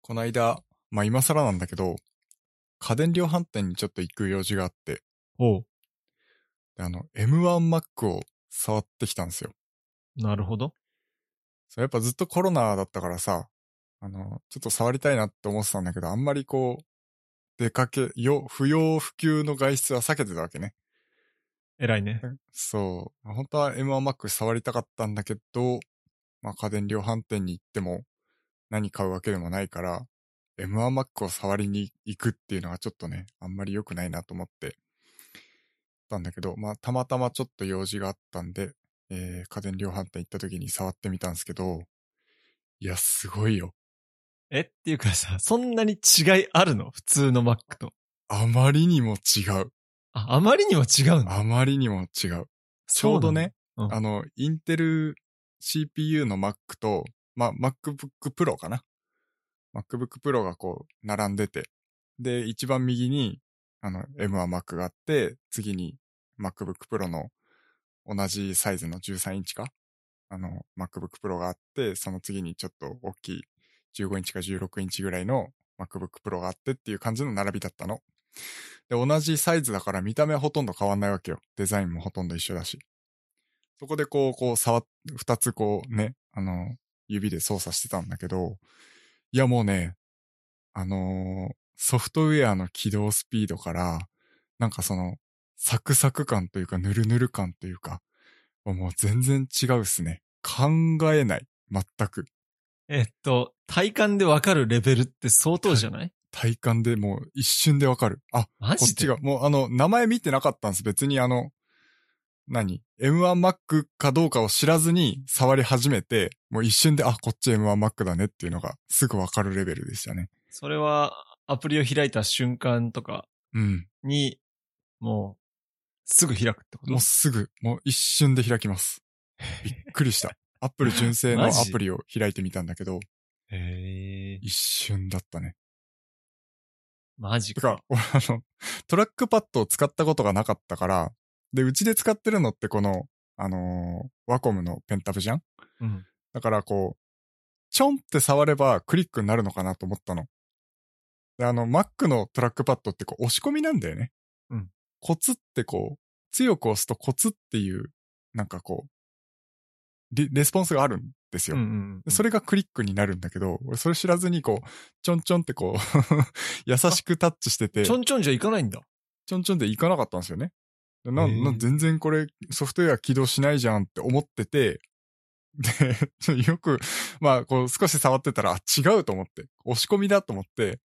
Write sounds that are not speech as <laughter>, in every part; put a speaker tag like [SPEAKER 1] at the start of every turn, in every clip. [SPEAKER 1] こないだ、まあ今更なんだけど、家電量販店にちょっと行く用事があって、
[SPEAKER 2] おう、
[SPEAKER 1] であの、M1Mac を触ってきたんですよ。
[SPEAKER 2] なるほど。
[SPEAKER 1] そうやっぱずっとコロナだったからさ、あの、ちょっと触りたいなって思ってたんだけど、あんまりこう、出かけ、よ、不要不急の外出は避けてたわけね。
[SPEAKER 2] 偉いね。
[SPEAKER 1] そう。本当は M1Mac 触りたかったんだけど、まあ家電量販店に行っても何買うわけでもないから、M1Mac を触りに行くっていうのはちょっとね、あんまり良くないなと思って、たんだけど、まあたまたまちょっと用事があったんで、えー家電量販店行った時に触ってみたんですけど、いや、すごいよ。
[SPEAKER 2] えっていうかさ、 <laughs> そんなに違いあるの普通の Mac と。
[SPEAKER 1] あまりにも違う。
[SPEAKER 2] あ、あまりにも違うの
[SPEAKER 1] あまりにも違う。ちょうどね、
[SPEAKER 2] そうなの
[SPEAKER 1] あの、インテル CPU の Mac と、まあ、MacBook Pro かな。MacBook Pro がこう、並んでて。で、一番右に、あの、M1 Mac があって、次に MacBook Pro の同じサイズの13インチかあの、MacBook Pro があって、その次にちょっと大きい15インチか16インチぐらいの MacBook Pro があってっていう感じの並びだったの。で、同じサイズだから見た目はほとんど変わんないわけよ。デザインもほとんど一緒だし。そこでこう、こう、触っ、二つこうね、あの、指で操作してたんだけど、いやもうね、あのーソフトウェアの起動スピードから、なんかその、サクサク感というか、ヌルヌル感というか、もう全然違うっすね。考えない。全く。
[SPEAKER 2] えっと、体感でわかるレベルって相当じゃない
[SPEAKER 1] 体感でもう一瞬でわかる。あ、
[SPEAKER 2] マ
[SPEAKER 1] こっ
[SPEAKER 2] ジ
[SPEAKER 1] ち
[SPEAKER 2] で
[SPEAKER 1] が、もうあの、名前見てなかったんです。別にあの、何 ?M1Mac かどうかを知らずに触り始めて、もう一瞬で、あ、こっち M1Mac だねっていうのがすぐわかるレベルでしたね。
[SPEAKER 2] それは、アプリを開いた瞬間とか
[SPEAKER 1] うん。
[SPEAKER 2] に、もう、すぐ開くってこと
[SPEAKER 1] もうすぐ、もう一瞬で開き
[SPEAKER 2] <laughs>
[SPEAKER 1] ます。びっくりした。アップル純正の
[SPEAKER 2] マ
[SPEAKER 1] ア
[SPEAKER 2] ジ
[SPEAKER 1] プリを開いてみたんだけど、
[SPEAKER 2] へえ。
[SPEAKER 1] 一瞬だったね。
[SPEAKER 2] マジ
[SPEAKER 1] てか <laughs>
[SPEAKER 2] か。、
[SPEAKER 1] 俺あの、トラックパッドを使ったことがなかったから、で、うちで使ってるのってこの、あのーワコムのペンタブじゃん
[SPEAKER 2] うん。
[SPEAKER 1] だからこう、ちょんって触ればクリックになるのかなと思ったの。で、あの、Mac のトラックパッドってこう押し込みなんだよね。
[SPEAKER 2] うん。
[SPEAKER 1] コツってこう、強く押すとコツっていう、なんかこう、リレスポンスがあるんです
[SPEAKER 2] う
[SPEAKER 1] よ。
[SPEAKER 2] んうんう
[SPEAKER 1] で
[SPEAKER 2] ん。
[SPEAKER 1] そ
[SPEAKER 2] れ、
[SPEAKER 1] れがクリックになるんだけど、俺それ知らずにこう、ちょんちょんってこう、 <laughs> 優しくタッチしてて、
[SPEAKER 2] ちょんちょんじゃいかないんだ。
[SPEAKER 1] ちょんちょんで行かなかったんですよね。でな
[SPEAKER 2] へー
[SPEAKER 1] な全然これソフトウェア起動しないじゃんって思ってて、で、 <laughs> ちょよく、まあ、こう少し触ってたら、あ、違うと思って、押し込みだと思って、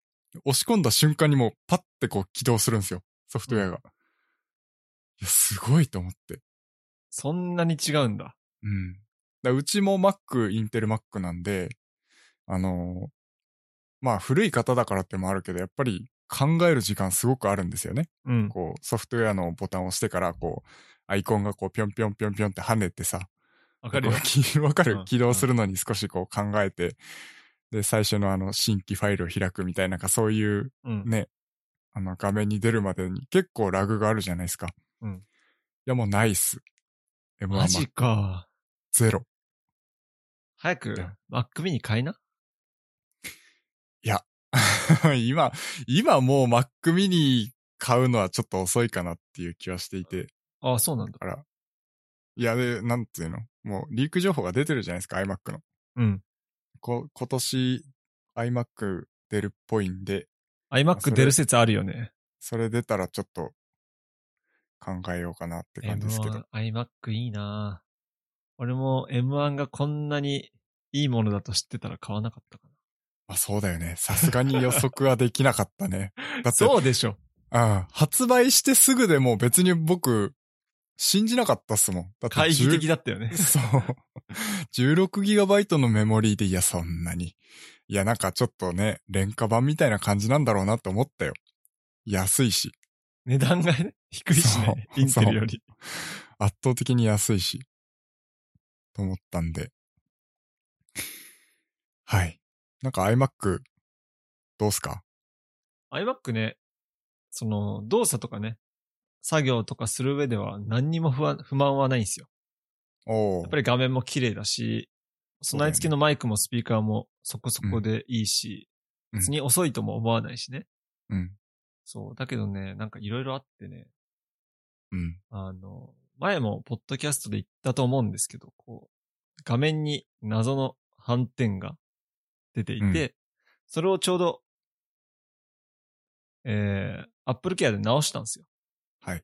[SPEAKER 1] 押し込んだ瞬間にもうパッてこう起動するんですよ、ソフトウェアが。いや、すごいと思って。
[SPEAKER 2] そんなに違うんだ。
[SPEAKER 1] うん。だからうちも Mac、インテル Mac なんで、あのーまあ古い方だからってのもあるけど、やっぱり考える時間すごくあるんですよね。
[SPEAKER 2] うん。
[SPEAKER 1] こう、ソフトウェアのボタンを押してから、こう、アイコンがこう、ぴょんぴょんぴょんぴょんって跳ねてさ、
[SPEAKER 2] わかるよ
[SPEAKER 1] こ。うき <laughs> わか
[SPEAKER 2] う
[SPEAKER 1] る
[SPEAKER 2] ん
[SPEAKER 1] 起動するのに少しこう考えて、で、最初のあの、新規ファイルを開くみたいな、なんかそういう、
[SPEAKER 2] うん。
[SPEAKER 1] ね、あの、画面に出るまでに結構ラグがあるじゃないですか。
[SPEAKER 2] うん
[SPEAKER 1] いや、もうナイス。M1
[SPEAKER 2] マ
[SPEAKER 1] Mac
[SPEAKER 2] ジか。
[SPEAKER 1] ゼロ。 <laughs>
[SPEAKER 2] 早く
[SPEAKER 1] だよ
[SPEAKER 2] Mac mini 買いな。
[SPEAKER 1] 今、今もう Mac mini 買うのはちょっと遅いかなっていう気はしていて。
[SPEAKER 2] ああ、そうなんだ。
[SPEAKER 1] から。いや、で、なんていうのもう、リーク情報が出てるじゃないですか、iMac の。
[SPEAKER 2] うん。
[SPEAKER 1] こ、今年、iMac 出るっぽいんで、そ
[SPEAKER 2] iMac
[SPEAKER 1] れ
[SPEAKER 2] 出る説あるよね。
[SPEAKER 1] それ出たらちょっと、考えようかなって感じですけど
[SPEAKER 2] M1。、iMac いいなぁ俺も M1 がこんなにいいものだと知ってたら買わなかったか
[SPEAKER 1] あ、そうだよね。さすがに予測はできなかった
[SPEAKER 2] <laughs>
[SPEAKER 1] ね。だ
[SPEAKER 2] な。
[SPEAKER 1] って、
[SPEAKER 2] そうでしょ。
[SPEAKER 1] うん発売してすぐでもう別に僕、信じなかったっすもん。だって
[SPEAKER 2] 懐疑的
[SPEAKER 1] だ。。
[SPEAKER 2] だったよ
[SPEAKER 1] <laughs>
[SPEAKER 2] ね
[SPEAKER 1] そう。16GB のメモリーで、いや、そんなに。いや、なんかちょっとね、廉価版みたいな感じなんだろうなって思ったよ。安いし。
[SPEAKER 2] 値段がね、低いしね。
[SPEAKER 1] そう
[SPEAKER 2] インテルより。
[SPEAKER 1] <laughs> 圧倒的に安いし、と思ったんで。はい。なんか iMac、どうすか
[SPEAKER 2] iMac ね、その動作とかね、作業とかする上では何にも不安不満はないんですよ。
[SPEAKER 1] おお。
[SPEAKER 2] やっぱり画面も綺麗だし、備え付けのマイクもスピーカーもそこそこでいいし、
[SPEAKER 1] うん
[SPEAKER 2] 別に遅いとも思わないしね。
[SPEAKER 1] うん。
[SPEAKER 2] そう。だけどね、なんかいろいろあってね、
[SPEAKER 1] うん。
[SPEAKER 2] あの、前もポッドキャストで言ったと思うんですけど、こう、画面に謎の斑点が出ていて、
[SPEAKER 1] うん
[SPEAKER 2] それをちょうど、えー、Apple Care で直したんですよ。
[SPEAKER 1] はい。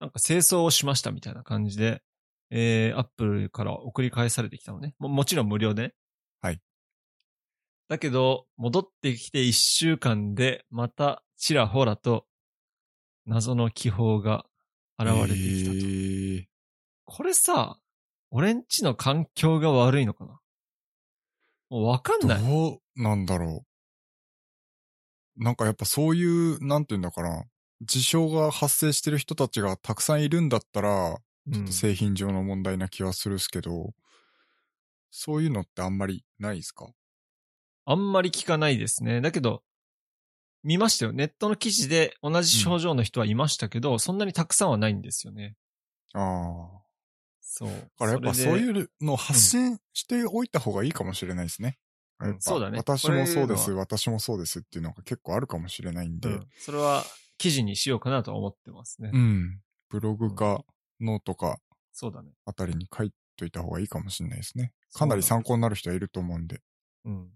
[SPEAKER 2] なんか清掃をしましたみたいな感じで、えー、Apple から送り返されてきたのね。ももちろん無料でね。
[SPEAKER 1] はい。
[SPEAKER 2] だけど、戻ってきて1週間で、またちらほらと謎の気泡が現れてきたと。
[SPEAKER 1] えー
[SPEAKER 2] これさ、俺んちの環境が悪いのかなもうわかんない。
[SPEAKER 1] どうなんだろう。なんかやっぱそういう、なんていうんだかな、事象が発生してる人たちがたくさんいるんだったら、ちょっと製品上の問題な気はするっすけど、そういうのってあんまりないですか
[SPEAKER 2] あんまり聞かないですね。だけど、見ましたよ。ネットの記事で同じ症状の人はいましたけど、そんなにたくさんはないんですよね。
[SPEAKER 1] ああ。
[SPEAKER 2] そう。
[SPEAKER 1] だからやっぱ
[SPEAKER 2] れ
[SPEAKER 1] そ
[SPEAKER 2] で
[SPEAKER 1] ういうのを発信しておいた方がいいかもしれないですね。
[SPEAKER 2] うん
[SPEAKER 1] やっぱ
[SPEAKER 2] そうだね
[SPEAKER 1] 私もそうで
[SPEAKER 2] こ
[SPEAKER 1] す、
[SPEAKER 2] れ
[SPEAKER 1] 私もそうですっていうのが結構あるかもしれないんで、
[SPEAKER 2] う
[SPEAKER 1] うん
[SPEAKER 2] ん。それは記事にしようかなとは思ってますね。
[SPEAKER 1] ブログかノートか
[SPEAKER 2] そうだね。
[SPEAKER 1] あたりに書いといた方がいいかもしれないですね。かなり参考になる人はいると思うんで。
[SPEAKER 2] うん。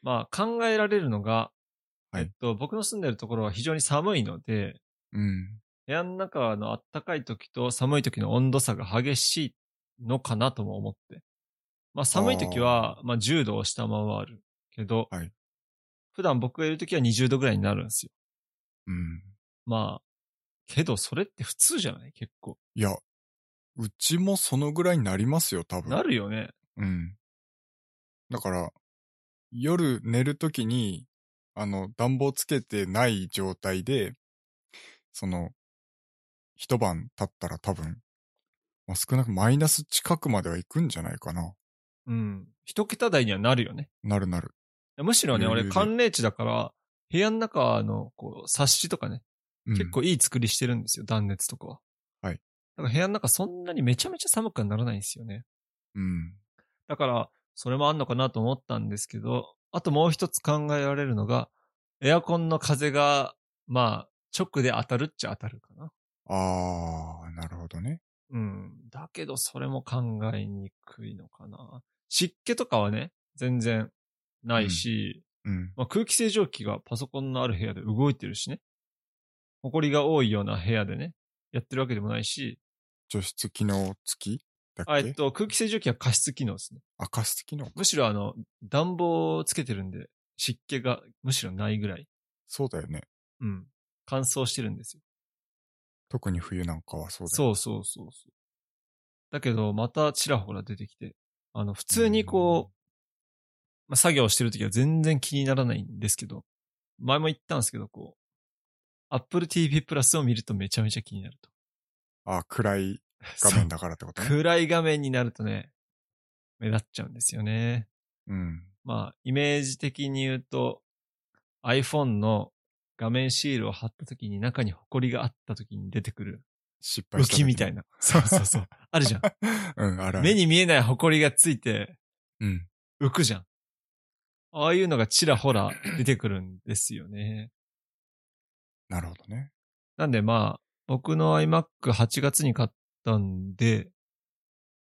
[SPEAKER 2] まあ考えられるのが、
[SPEAKER 1] はい
[SPEAKER 2] えっと、僕の住んでるところは非常に寒いので、
[SPEAKER 1] うん。
[SPEAKER 2] 部屋の中の暖かい時と寒い時の温度差が激しいのかなとも思って。まあ寒い時は、まあ10度を下回るけど、
[SPEAKER 1] はい
[SPEAKER 2] 普段僕がいる時は20度ぐらいになるんですよ。
[SPEAKER 1] うん。
[SPEAKER 2] まあ、けどそれって普通じゃない結構。
[SPEAKER 1] いや、うちもそのぐらいになりますよ、多分。
[SPEAKER 2] なるよね。
[SPEAKER 1] うん。だから、夜寝るときに、あの、暖房つけてない状態で、その、一晩経ったら多分、まあ、少なくマイナス近くまでは行くんじゃないかな。
[SPEAKER 2] うん。一桁台にはなるよね。
[SPEAKER 1] なるなる。
[SPEAKER 2] むしろね、
[SPEAKER 1] 余
[SPEAKER 2] 俺
[SPEAKER 1] 裕で
[SPEAKER 2] 寒冷地だから、部屋の中の、こう、冊子とかね、
[SPEAKER 1] うん
[SPEAKER 2] 結構いい作りしてるんですよ、断熱とかは。
[SPEAKER 1] はい。
[SPEAKER 2] だから部屋の中そんなにめちゃめちゃ寒くはならないんですよね。
[SPEAKER 1] うん。
[SPEAKER 2] だから、それもあんのかなと思ったんですけど、あともう一つ考えられるのが、エアコンの風が、まあ、直で当たるっちゃ当たるかな。
[SPEAKER 1] あー、なるほどね。
[SPEAKER 2] うん。だけど、それも考えにくいのかな。湿気とかはね、全然ないし、
[SPEAKER 1] うん。
[SPEAKER 2] まあ、空気清浄機がパソコンのある部屋で動いてるしね。埃が多いような部屋でね、やってるわけでもないし、
[SPEAKER 1] 除湿機能付きだっけ
[SPEAKER 2] あえっと、空気清浄機は加湿機能ですね。
[SPEAKER 1] あ加湿機能
[SPEAKER 2] むしろあの、暖房をつけてるんで、湿気がむしろないぐらい。
[SPEAKER 1] そうだよね。
[SPEAKER 2] うん。乾燥してるんですよ。
[SPEAKER 1] 特に冬なんかはそうだよね。
[SPEAKER 2] そうそうそうそう。だけど、またちらほら出てきて、あの、普通にこう、まあ、作業してるときは全然気にならないんですけど、前も言ったんですけど、こう、Apple TV プラスを見るとめちゃめちゃ気になると。
[SPEAKER 1] あ、暗い画面だからってこと
[SPEAKER 2] そう
[SPEAKER 1] ね。
[SPEAKER 2] 暗い画面になるとね、目立っちゃうんですよね。
[SPEAKER 1] うん。
[SPEAKER 2] まあ、イメージ的に言うと、iPhone の画面シールを貼ったときに中に埃があったときに出てくる
[SPEAKER 1] 失敗
[SPEAKER 2] 浮
[SPEAKER 1] した時に。
[SPEAKER 2] きみたいな。そうそうそう。 <laughs> あるじゃん。
[SPEAKER 1] <laughs> うん、あるある。
[SPEAKER 2] 目に見えない埃がついて
[SPEAKER 1] うん。
[SPEAKER 2] 浮くじゃん。ああいうのがちらほら出てくるんですよね。
[SPEAKER 1] なるほどね。
[SPEAKER 2] なんでまあ、僕の iMac8 月に買ったんで、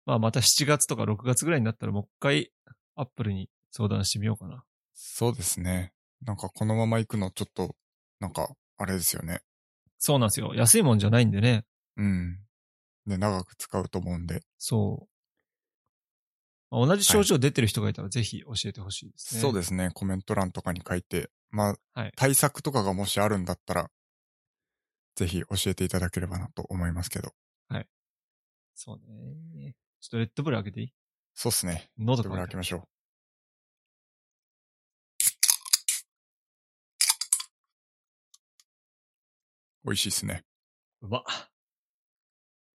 [SPEAKER 2] まあまた7月とか6月ぐらいになったらもう一回 Apple に相談してみようかな。
[SPEAKER 1] そうですね。なんかこのまま行くのちょっと、なんか、あれですよね。
[SPEAKER 2] そうなんですよ。安いもんじゃないんでね。
[SPEAKER 1] うん。で、長く使うと思うんで。
[SPEAKER 2] そう。まあ同じ症状出てる人がいたらぜひ教えてほしいですね。
[SPEAKER 1] そうですね。コメント欄とかに書いて、まあ、
[SPEAKER 2] はい
[SPEAKER 1] 対策とかがもしあるんだったら、ぜひ教えていただければなと思いますけど。
[SPEAKER 2] そうね。ちょっとレッドブル開けていい
[SPEAKER 1] そうっすね。
[SPEAKER 2] 喉
[SPEAKER 1] 扉開けましょう。美味しいっすね。
[SPEAKER 2] うまっ。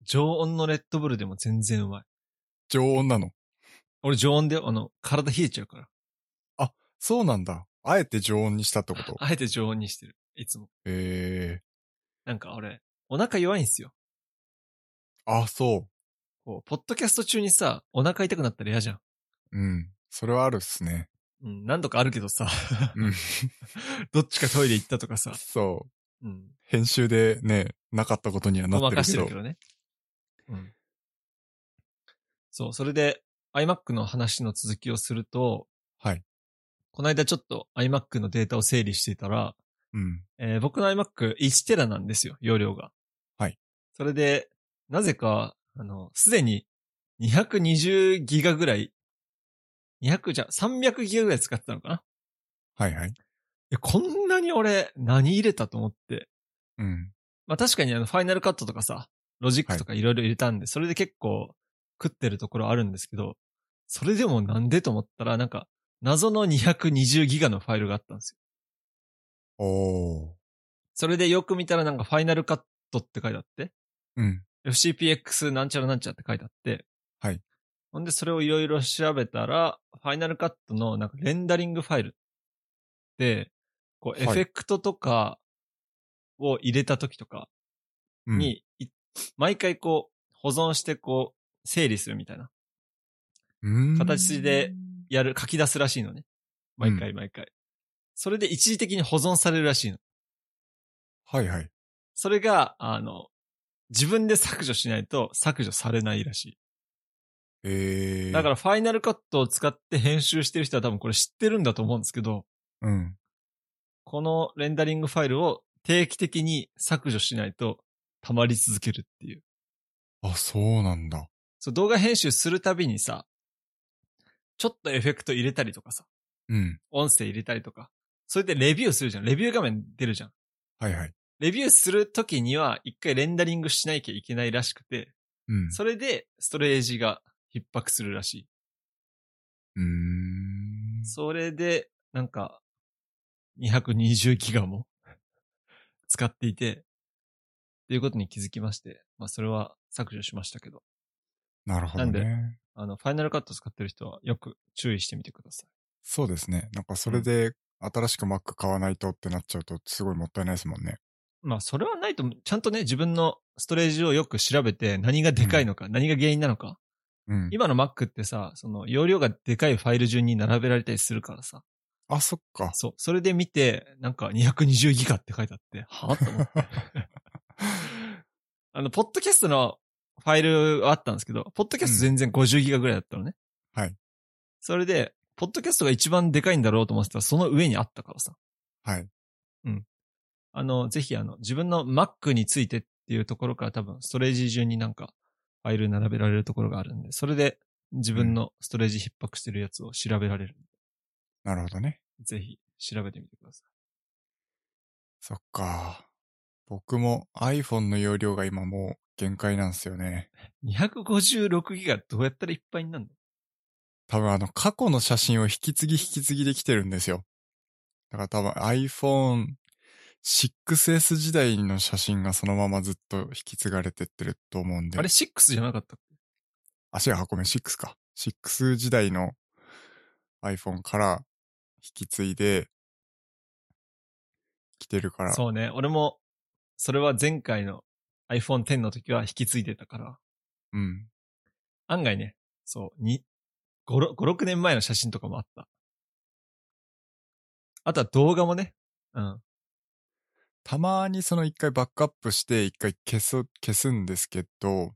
[SPEAKER 2] 常温のレッドブルでも全然うまい。
[SPEAKER 1] 常温なの。
[SPEAKER 2] 俺常温で、あの、体冷えちゃうから。
[SPEAKER 1] そうなんだ。あえて常温にしたってこと。
[SPEAKER 2] あえて常温にしてる。いつも。
[SPEAKER 1] ええ
[SPEAKER 2] なんか俺、お腹弱いんすよ。
[SPEAKER 1] あ、そう。
[SPEAKER 2] こう、ポッドキャスト中にさ、お腹痛くなったら嫌じゃん。 <laughs>
[SPEAKER 1] うん。それはあるっすね。
[SPEAKER 2] うん、何度かあるけどさ、 <laughs>
[SPEAKER 1] うん。
[SPEAKER 2] どっちかトイレ行ったとかさ、
[SPEAKER 1] そう。
[SPEAKER 2] うん。
[SPEAKER 1] 編集でね、なかったことにはな
[SPEAKER 2] ご
[SPEAKER 1] っ
[SPEAKER 2] ま
[SPEAKER 1] て
[SPEAKER 2] か
[SPEAKER 1] るけ
[SPEAKER 2] して
[SPEAKER 1] ど。
[SPEAKER 2] るけどね。うん。そう、それで iMac の話の続きをすると、
[SPEAKER 1] はい。
[SPEAKER 2] この間ちょっと iMac のデータを整理していたら、
[SPEAKER 1] うん。
[SPEAKER 2] えー僕の iMac 1テラなんですよ、容量が。
[SPEAKER 1] はい。
[SPEAKER 2] それで、なぜか、あの、すでに220ギガぐらい、200じゃ、300ギガぐらい使ってたのかな
[SPEAKER 1] はいはい。
[SPEAKER 2] え、こんなに俺何入れたと思って。
[SPEAKER 1] うん。
[SPEAKER 2] まあ確かにあの、ファイナルカットとかさ、ロジックとかいろいろ入れたんで、それで結構食ってるところあるんですけど、それでもなんでと思ったら、なんか、謎の220ギガのファイルがあったんですよ。
[SPEAKER 1] おー。
[SPEAKER 2] それでよく見たらなんか、ファイナルカットって書いてあって、
[SPEAKER 1] うん。
[SPEAKER 2] FCPX なんちゃらなんちゃらって書いてあって、
[SPEAKER 1] はい。
[SPEAKER 2] ほんで、それをいろいろ調べたら、ファイナルカットのなんか、レンダリングファイルで、こう、エ
[SPEAKER 1] は
[SPEAKER 2] フ
[SPEAKER 1] い
[SPEAKER 2] ェクトとかを入れた時とか、
[SPEAKER 1] うん、
[SPEAKER 2] に、い毎回こう、保存してこう、整理するみたいな。
[SPEAKER 1] うん
[SPEAKER 2] 形で。やる、書き出すらしいのね。毎回毎回。それで一時的に保存されるらしいの。
[SPEAKER 1] はいはい。
[SPEAKER 2] それが、あの、自分で削除しないと削除されないらし
[SPEAKER 1] え
[SPEAKER 2] い。
[SPEAKER 1] ー。
[SPEAKER 2] だから、ファイナルカットを使って編集してる人は多分これ知ってるんだと思うんですけど、
[SPEAKER 1] うん。
[SPEAKER 2] このレンダリングファイルを定期的に削除しないと溜まり続けるっていう。
[SPEAKER 1] あ、そうなんだ。
[SPEAKER 2] そう、動画編集するたびにさ、ちょっとエフェクト入れたりとかさ、
[SPEAKER 1] うん。
[SPEAKER 2] 音声入れたりとか。それでレビューするじゃん。レビュー画面出るじゃん。
[SPEAKER 1] はいはい。
[SPEAKER 2] レビューするときには、一回レンダリングしなきゃいけないらしくて、
[SPEAKER 1] うん。
[SPEAKER 2] それでストレージが逼迫するらし
[SPEAKER 1] うーん
[SPEAKER 2] い。。それで、なんか、220ギガも <laughs> 使っていて、っていうことに気づきまして、まあそれは削除しましたけど、
[SPEAKER 1] なるほどね。
[SPEAKER 2] なあの、ファイナルカット使ってる人はよく注意してみてください。
[SPEAKER 1] そうですね。なんかそれで新しく Mac 買わないとってなっちゃうとすごいもったいないですもんね。
[SPEAKER 2] まあそれはないと、ちゃんとね、自分のストレージをよく調べて、何がでかいのか、何が原因なのか、
[SPEAKER 1] うん。
[SPEAKER 2] 今の Mac ってさ、その容量がでかいファイル順に並べられたりするからさ。
[SPEAKER 1] あ、そっか。
[SPEAKER 2] そう。それで見て、なんか220ギガって書いてあって、はぁと思って。 <laughs> あの、ポッドキャストのファイルはあったんですけど、ポッドキャスト全然50ギガぐらいだったのね。
[SPEAKER 1] はい。
[SPEAKER 2] それで、ポッドキャストが一番でかいんだろうと思ってたら、その上にあったからさ。
[SPEAKER 1] はい。
[SPEAKER 2] あの、ぜひあの、自分の Mac についてっていうところから多分、ストレージ順になんか、ファイル並べられるところがあるんで、それで自分のストレージ逼迫してるやつを調べられる。
[SPEAKER 1] なるほどね。
[SPEAKER 2] ぜひ、調べてみてくださ
[SPEAKER 1] そっか。僕も iPhone の容量が今もう限界なんですよね。
[SPEAKER 2] い。256ギガどうやったらいっぱいになるの
[SPEAKER 1] 多分あの過去の写真を引き継ぎ引き継ぎできてるんですよ。だから多分 iPhone6S 時代の写真がそのままずっと引き継がれてってると思うんで。
[SPEAKER 2] あれ6じゃなかったっけ
[SPEAKER 1] 足が運べ6か。6時代の iPhone から引き継いで来てるから。
[SPEAKER 2] そうね。俺も、それは前回の iPhone X の時は引き継いでたから、
[SPEAKER 1] うん。
[SPEAKER 2] 案外ね、そう、に、5、6年前の写真とかもあった。あとは動画もね、うん。
[SPEAKER 1] たまにその一回バックアップして一回消す、消すんですけど、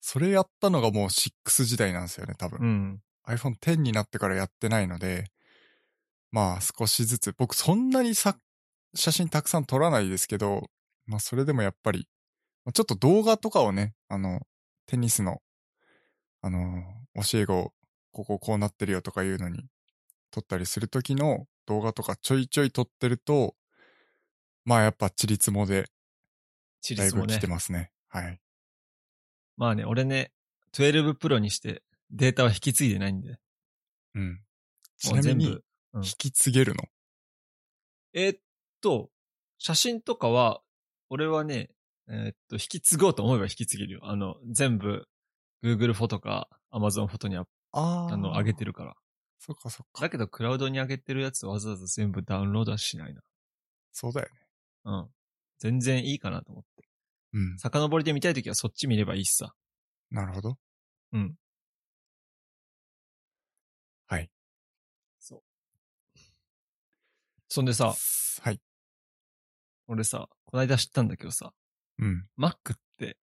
[SPEAKER 1] それやったのがもう6時代なんですよね、多分。
[SPEAKER 2] うん。
[SPEAKER 1] iPhone X になってからやってないので、まあ少しずつ、僕そんなにさ、写真たくさん撮らないですけど、まあそれでもやっぱり、まあちょっと動画とかをね、あの、テニスの、あの、教え子、こここうなってるよとかいうのに、撮ったりする時の動画とかちょいちょい撮ってると、まあやっぱチリツモで、
[SPEAKER 2] チリ
[SPEAKER 1] だい
[SPEAKER 2] スも
[SPEAKER 1] ぶ
[SPEAKER 2] ね
[SPEAKER 1] 来て。ますね。はい。
[SPEAKER 2] まあね、俺ね、12 Pro にしてデータは引き継いでないんで。
[SPEAKER 1] うん。ち
[SPEAKER 2] もう
[SPEAKER 1] なみ
[SPEAKER 2] 全
[SPEAKER 1] に、
[SPEAKER 2] 部。
[SPEAKER 1] 引き継げるの。
[SPEAKER 2] えーっと、写真とかは、俺はね、えーっと、引き継ごうと思えば引き継げるよ。あの、全部、Google フォトか Amazon フォトにあ
[SPEAKER 1] あ
[SPEAKER 2] あの上げてるから。
[SPEAKER 1] そっかそっか。
[SPEAKER 2] だけど、クラウドに上げてるやつわざわざ全部ダウンロードはしないな。
[SPEAKER 1] そうだよね。
[SPEAKER 2] うん。全然いいかなと思って。
[SPEAKER 1] うん。
[SPEAKER 2] 遡りで見たいときはそっち見ればいいしさ。
[SPEAKER 1] なるほど。
[SPEAKER 2] うん。
[SPEAKER 1] はい。
[SPEAKER 2] そう。そんでさ、
[SPEAKER 1] はい。
[SPEAKER 2] 俺さ、こないだ知ったんだけどさ、
[SPEAKER 1] うん。
[SPEAKER 2] Mac って、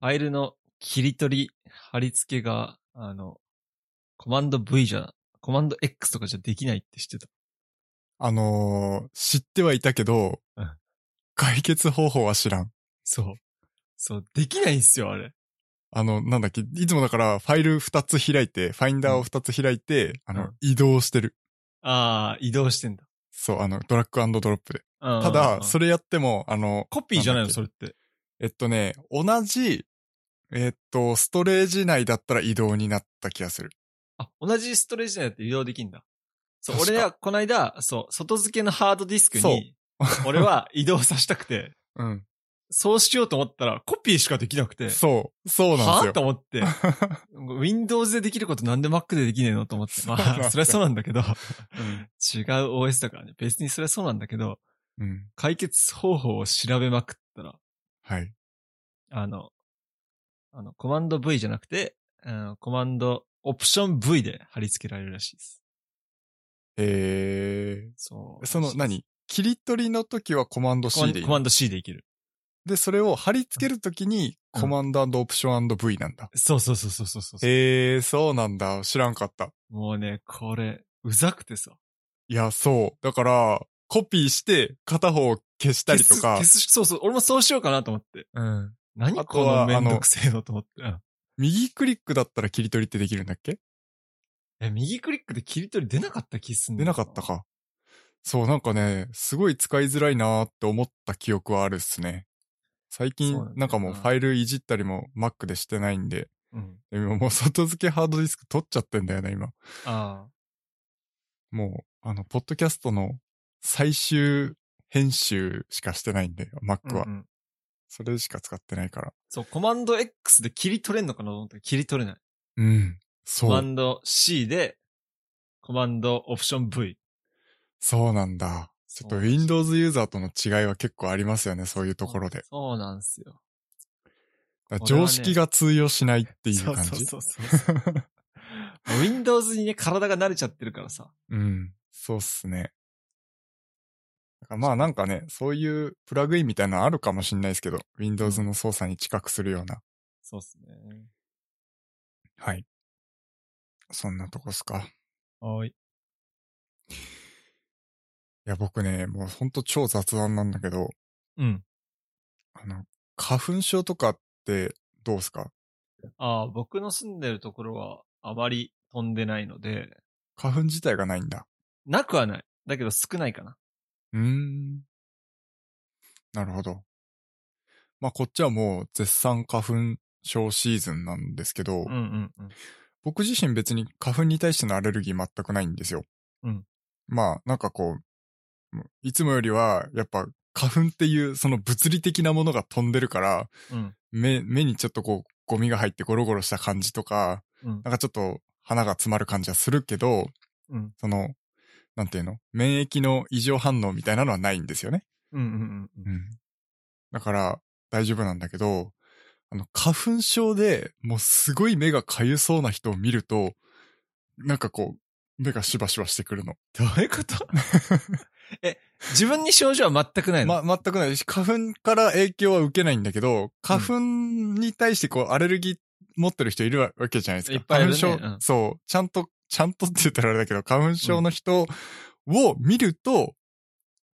[SPEAKER 2] ファイルの切り取り、貼り付けが、あの、コマンド V じゃ、コマンド X とかじゃできないって知ってた。
[SPEAKER 1] あのー知ってはいたけど、
[SPEAKER 2] うん
[SPEAKER 1] 解決方法は知らん。
[SPEAKER 2] そう。そう、できないんすよ、あれ。
[SPEAKER 1] あの、なんだっけ、いつもだからファイル2つ開いて、ファインダーを2つ開いて、あの、
[SPEAKER 2] うん
[SPEAKER 1] 移動してる。
[SPEAKER 2] ああ、移動してんだ。
[SPEAKER 1] そう、あの、ドラッグドロップで。
[SPEAKER 2] た
[SPEAKER 1] ただ、そ
[SPEAKER 2] れ、
[SPEAKER 1] れやっても、あの、
[SPEAKER 2] コピーじゃないの、
[SPEAKER 1] なん
[SPEAKER 2] そ
[SPEAKER 1] だ
[SPEAKER 2] れって。
[SPEAKER 1] えっとね、同じ、えっと、ストレージ内だったら移動になった気がする。
[SPEAKER 2] あ、同じストレージ内だって移動できんだ。そう、
[SPEAKER 1] 確か
[SPEAKER 2] 俺はこの間、そう、外付けのハードディスク
[SPEAKER 1] そう
[SPEAKER 2] に、俺は移動させたくて、
[SPEAKER 1] うん。
[SPEAKER 2] そうしようと思ったら、コピーしかできなくて、
[SPEAKER 1] そう、そうなん
[SPEAKER 2] はぁ
[SPEAKER 1] です
[SPEAKER 2] と
[SPEAKER 1] よ。<laughs>
[SPEAKER 2] 思って、Windows でできることなんで Mac でできねえのと思って。ま
[SPEAKER 1] そうなんです
[SPEAKER 2] あ、
[SPEAKER 1] よ
[SPEAKER 2] そりゃそうなんだけど、違う
[SPEAKER 1] うん。
[SPEAKER 2] OS だからね。別にそりゃそうなんだけど、
[SPEAKER 1] うん。
[SPEAKER 2] 解決方法を調べまくったら、
[SPEAKER 1] はい。
[SPEAKER 2] あの、あの、コマンド V じゃなくて、うんコマンド、オプション V で貼り付けられるらしいです。
[SPEAKER 1] え
[SPEAKER 2] そう。
[SPEAKER 1] ー、その、
[SPEAKER 2] らしい
[SPEAKER 1] 何切り取りの時はコマンド
[SPEAKER 2] ですコマ
[SPEAKER 1] C
[SPEAKER 2] ン
[SPEAKER 1] でいい
[SPEAKER 2] コマンド C でいける。
[SPEAKER 1] で、それを貼り付けるときに、
[SPEAKER 2] うん
[SPEAKER 1] コマンドオプション &V なんだ。
[SPEAKER 2] そうそうそうそうそうそう
[SPEAKER 1] へえー、そうなんだ。知らんかった。
[SPEAKER 2] もうね、これ、うざくてさ。
[SPEAKER 1] いや、そう。だから、コピーして、片方を消したりとか
[SPEAKER 2] 消、す消すそうそう。俺もそうしようかなと思って。うん。何
[SPEAKER 1] あ
[SPEAKER 2] こと
[SPEAKER 1] は
[SPEAKER 2] のめんどくせえのと思って。うん
[SPEAKER 1] 右クリックだったら切り取りってできるんだっけ
[SPEAKER 2] え、右クリックで切り取り出なかった気すんだ
[SPEAKER 1] 出な
[SPEAKER 2] よ
[SPEAKER 1] かった。か。そう、なんかね、すごい使いづらいなーって思った記憶はあるっすね。最近
[SPEAKER 2] そうなんだよ、な
[SPEAKER 1] なんかもうファイルいじったりも Mac でしてないんで、
[SPEAKER 2] うん。
[SPEAKER 1] でももう外付けハードディスク取っちゃってんだよね、今。
[SPEAKER 2] あ
[SPEAKER 1] もう、あの、ポッドキャストの最終編集しかしてないんで、
[SPEAKER 2] あ。
[SPEAKER 1] Mac は。
[SPEAKER 2] うんうん
[SPEAKER 1] それしか使ってないから。
[SPEAKER 2] そう、コマンド X で切り取れんのかなと思ったら切り取れない。
[SPEAKER 1] うん。
[SPEAKER 2] コ
[SPEAKER 1] そ
[SPEAKER 2] マ
[SPEAKER 1] う。
[SPEAKER 2] ンド C で、コマンドオプション V。
[SPEAKER 1] そうなんだ。ちょっと Windows ユーザーとの違いは結構ありますよね、そういうところで。
[SPEAKER 2] そうなんですよ。
[SPEAKER 1] だから
[SPEAKER 2] これは
[SPEAKER 1] 常
[SPEAKER 2] ね
[SPEAKER 1] 識が通用しないっていう
[SPEAKER 2] そう
[SPEAKER 1] 感
[SPEAKER 2] そう
[SPEAKER 1] じ。
[SPEAKER 2] そうそう。もう Windows にね、体が慣れちゃってるからさ。
[SPEAKER 1] うん。そうっすね。だからまあなんかね、そういうプラグインみたいなのあるかもしんないですけど、Windows の操作に近くするような。
[SPEAKER 2] そうっすね。
[SPEAKER 1] はい。そんなとこっすか。
[SPEAKER 2] はい。
[SPEAKER 1] いや、僕ね、もうほんと超雑談なんだけど、
[SPEAKER 2] うん。
[SPEAKER 1] あの、花粉症とかってどうっすか
[SPEAKER 2] ああ、僕の住んでるところはあまり飛んでないので、
[SPEAKER 1] 花粉自体がないんだ。
[SPEAKER 2] なくはない。だけど少ないかな。
[SPEAKER 1] うーん。なるほど。まあこっちはもう絶賛花粉症シーズンなんですけど、
[SPEAKER 2] うんうんうん。
[SPEAKER 1] 僕自身別に花粉に対してのアレルギー全くないんですよ。
[SPEAKER 2] うん
[SPEAKER 1] まあ、なんかこう、いつもよりは、やっぱ花粉っていうその物理的なものが飛んでるから、
[SPEAKER 2] うん。
[SPEAKER 1] 目、目にちょっとこう、ゴミが入ってゴロゴロした感じとか、
[SPEAKER 2] うん
[SPEAKER 1] な。んかちょっと鼻が詰まる感じはするけど、
[SPEAKER 2] うん。
[SPEAKER 1] その、なんていうの免疫の異常反応みたいなのはないんですよね。
[SPEAKER 2] うんうんうん。
[SPEAKER 1] うん。だから、大丈夫なんだけど、あの、花粉症でもうすごい目が痒そうな人を見ると、なんかこう、目がしばしばしてくるの。
[SPEAKER 2] どういうことえ、自分に症状は全くないの、
[SPEAKER 1] ま、全くないし、花粉から影響は受けないんだけど、花粉に対してこう、アレルギー持ってる人いるわけじゃないですか。
[SPEAKER 2] いっぱいいるね
[SPEAKER 1] 花粉症、
[SPEAKER 2] うん
[SPEAKER 1] そう、ちゃんと、ちゃんとって言ったらあれだけど、花粉症の人を見ると、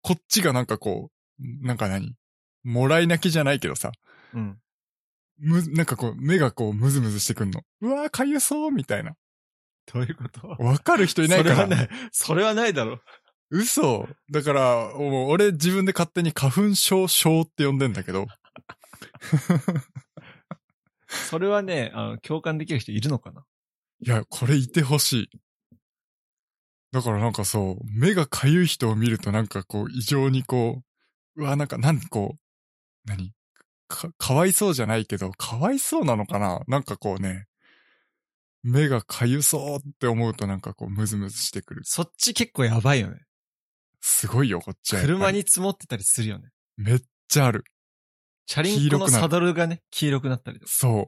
[SPEAKER 1] こっちがなんかこう、なんか何もらい泣きじゃないけどさ、
[SPEAKER 2] うん。
[SPEAKER 1] む、なんかこう、目がこう、ムズムズしてくんの。うわー、かゆそうみたいな。
[SPEAKER 2] どういうこと
[SPEAKER 1] わかる人いないか
[SPEAKER 2] それはな
[SPEAKER 1] ら。
[SPEAKER 2] い。それはないだろ。
[SPEAKER 1] 嘘。だから、もう俺自分で勝手に花粉症症って呼んでんだけど。
[SPEAKER 2] それはね、あの、共感できる人いるのかない
[SPEAKER 1] や、これいてほしい。だからなんかそう、目がかゆい人を見るとなんかこう、異常にこう、うわ、なんか、なんこう、何か、かわいそうじゃないけど、かわいそうなのかななんかこうね、目がかゆそうって思うとなんかこう、ムズムズしてくる。
[SPEAKER 2] そっち結構やばいよね。
[SPEAKER 1] すごいよ、こっちは。
[SPEAKER 2] 車。に積もってたりするよね。
[SPEAKER 1] めっちゃある。
[SPEAKER 2] チャリンコの
[SPEAKER 1] 黄色くなる
[SPEAKER 2] サドルがね、黄色くなったりとか。
[SPEAKER 1] そう。